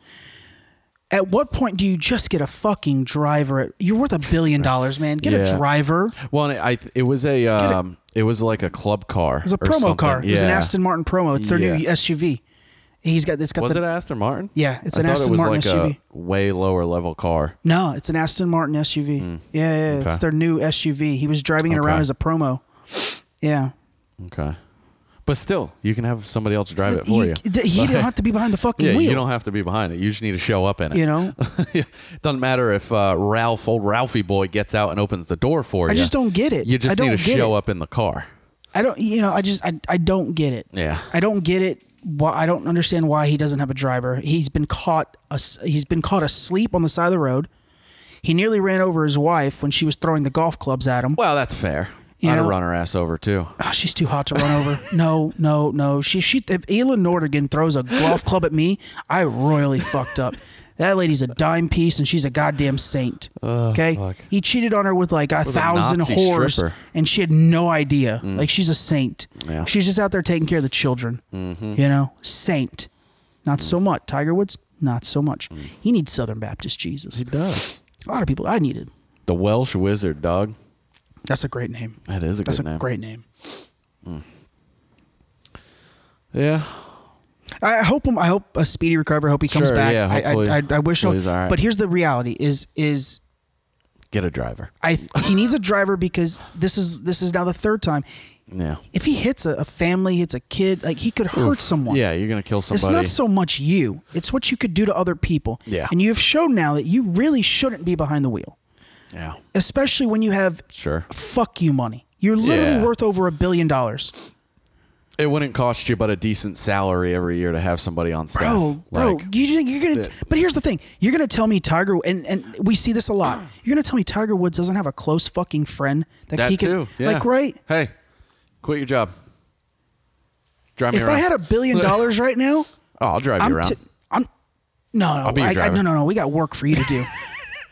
At what point do you just get a fucking driver? At, you're worth a billion dollars, man. Get Yeah. a driver. Well, and I it was a um, it was like a club car. It's a promo car. It's an Aston Martin promo. It's their new Yeah. SUV. He's got it's got Was the it Aston Martin? Yeah, it's I an thought Aston it was Martin like SUV. A way lower level car. no, it's an Aston Martin SUV. Yeah, yeah, yeah. it's Hmm. Okay. their new SUV. He was driving it around Okay. as a promo. Yeah, Okay, but still, you can have somebody else drive it for he, you. th- he [laughs] didn't have to be behind the fucking Yeah, wheel. you don't have to be behind it. You just need to show up in it. You [laughs] know? Yeah. doesn't matter if uh, Ralph, old Ralphie boy, gets out and opens the door for you. I just don't get it. You just I need don't to get show it. up in the car. I don't. You know, I just I, I don't get it. Yeah. I don't get it. Why I don't understand why he doesn't have a driver. He's been caught. As, he's been caught asleep on the side of the road. He nearly ran over his wife when she was throwing the golf clubs at him. Well, that's fair. You I'd know? have run her ass over too. Oh, she's too hot to run over. [laughs] No, no, no. She, she. If Elon Nordigan throws a golf club at me, I royally fucked up. That lady's a dime piece, and she's a goddamn saint. okay, he cheated on her with like a a thousand Nazi whores, stripper. Mm. and she had no idea. Like she's a saint. Yeah. Mm-hmm. She's just out there taking care of the children. You know, saint. Not Mm. so much. Tiger Woods, not so much. He needs Southern Baptist Jesus. does. A lot of people. I needed. The Welsh Wizard, dog. That's a great name. That is a That's good a name. great name. Yeah. I hope him. I hope a speedy recovery. I hope he comes Sure, back. yeah, I- hopefully- I, I, I, wish. He'll, hopefully he's all right. But here's the reality: is is Get a driver. I he needs a driver because this is this is now the third time. Yeah. If he hits a, a family, hits a kid, like he could hurt someone. Yeah, you're gonna kill It's somebody. not so much you; it's what you could do to other people. Yeah. And you have shown now that you really shouldn't be behind the wheel. Yeah. especially when you have Sure. fuck you money. You're literally Yeah. worth over a billion dollars. It wouldn't cost you but a decent salary every year to have somebody on staff. Bro, bro, Like, you, you're gonna. Yeah. But here's the thing: you're gonna tell me Tiger, and and we see this a lot. You're gonna tell me Tiger Woods doesn't have a close fucking friend that, that he can, too. Yeah. like, right? Hey, quit your job. Drive me If around. I had a billion dollars right now, oh, I'll drive I'm you around. t- I'm no, no, I'll be your I- I- driver. no, no, no. We got work for you to [laughs] do.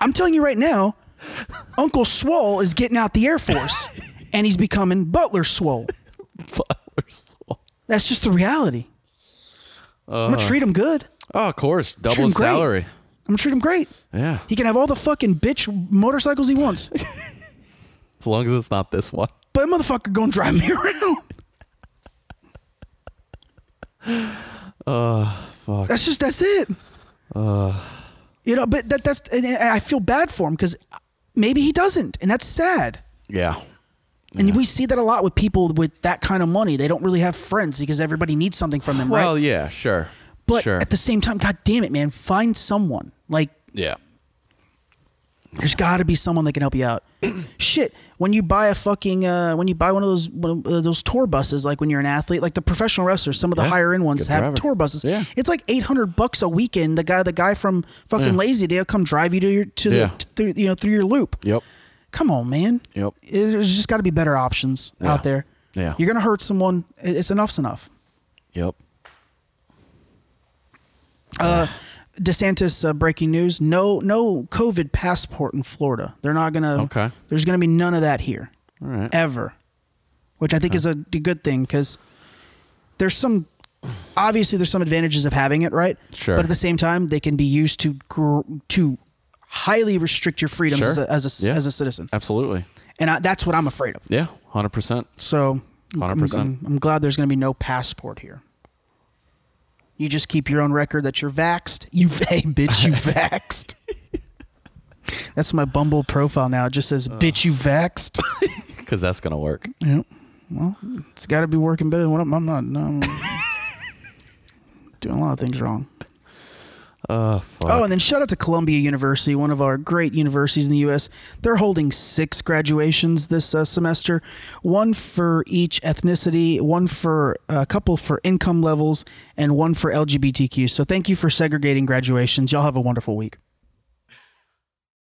I'm telling you right now, Uncle Swole is getting out the Air [laughs] Force, and he's becoming Butler Swole. That's just the reality. Uh, I'm gonna treat him good. oh, of course. Treat Double him his great. salary. I'm gonna treat him great. Yeah. He can have all the fucking bitch motorcycles he wants, As long as it's not this one. but that motherfucker gonna drive me [laughs] around. fuck. That's just that's it. you know, but that that's and I feel bad for him because maybe he doesn't, and that's sad. Yeah. And we see that a lot with people with that kind of money. They don't really have friends because everybody needs something from them, Well, right? yeah, sure. But sure. at the same time, god damn it, man, find someone. Like yeah. there's got to be someone that can help you [clears throat] out. Shit, when you buy a fucking uh, when you buy one of those one of, uh, those tour buses, like when you're an athlete, like the professional wrestlers, some of the Yeah, higher end ones good have driver. tour buses. Yeah. it's like eight hundred bucks a weekend. The guy, the guy from fucking Lazy Day, will come drive you to your to Yeah. the, through you know through your loop. Yep. Come on, man. Yep. There's just got to be better options out there. Yeah. you're gonna hurt someone. It- It's enough's enough. Yep. DeSantis uh, breaking news: no, no COVID passport in Florida. They're not gonna. Okay. There's gonna be none of that here. All right. Ever, which I think is a d- good thing because there's some. Obviously, there's some advantages of having it, right? Sure. But at the same time, they can be used to gr- to highly restrict your freedoms Sure. as a as a, Yeah. as a citizen, Absolutely. and I, that's what I'm afraid of. Yeah. 100%. So I'm- 100%. I'm, I'm glad there's going to be no passport here. You just keep your own record that you're vaxxed. You [laughs] hey, bitch, you vaxxed. [laughs] That's my Bumble profile now. It just says, bitch, you vaxxed. Because that's going to work. It's got to be working better than what I'm, I'm not. No, I'm doing a lot of things wrong. Oh, and then shout out to Columbia University, one of our great universities in the U.S. They're holding six graduations this uh, semester, one for each ethnicity, one for uh, a couple for income levels, and one for LGBTQ. So thank you for segregating graduations. Y'all have a wonderful week.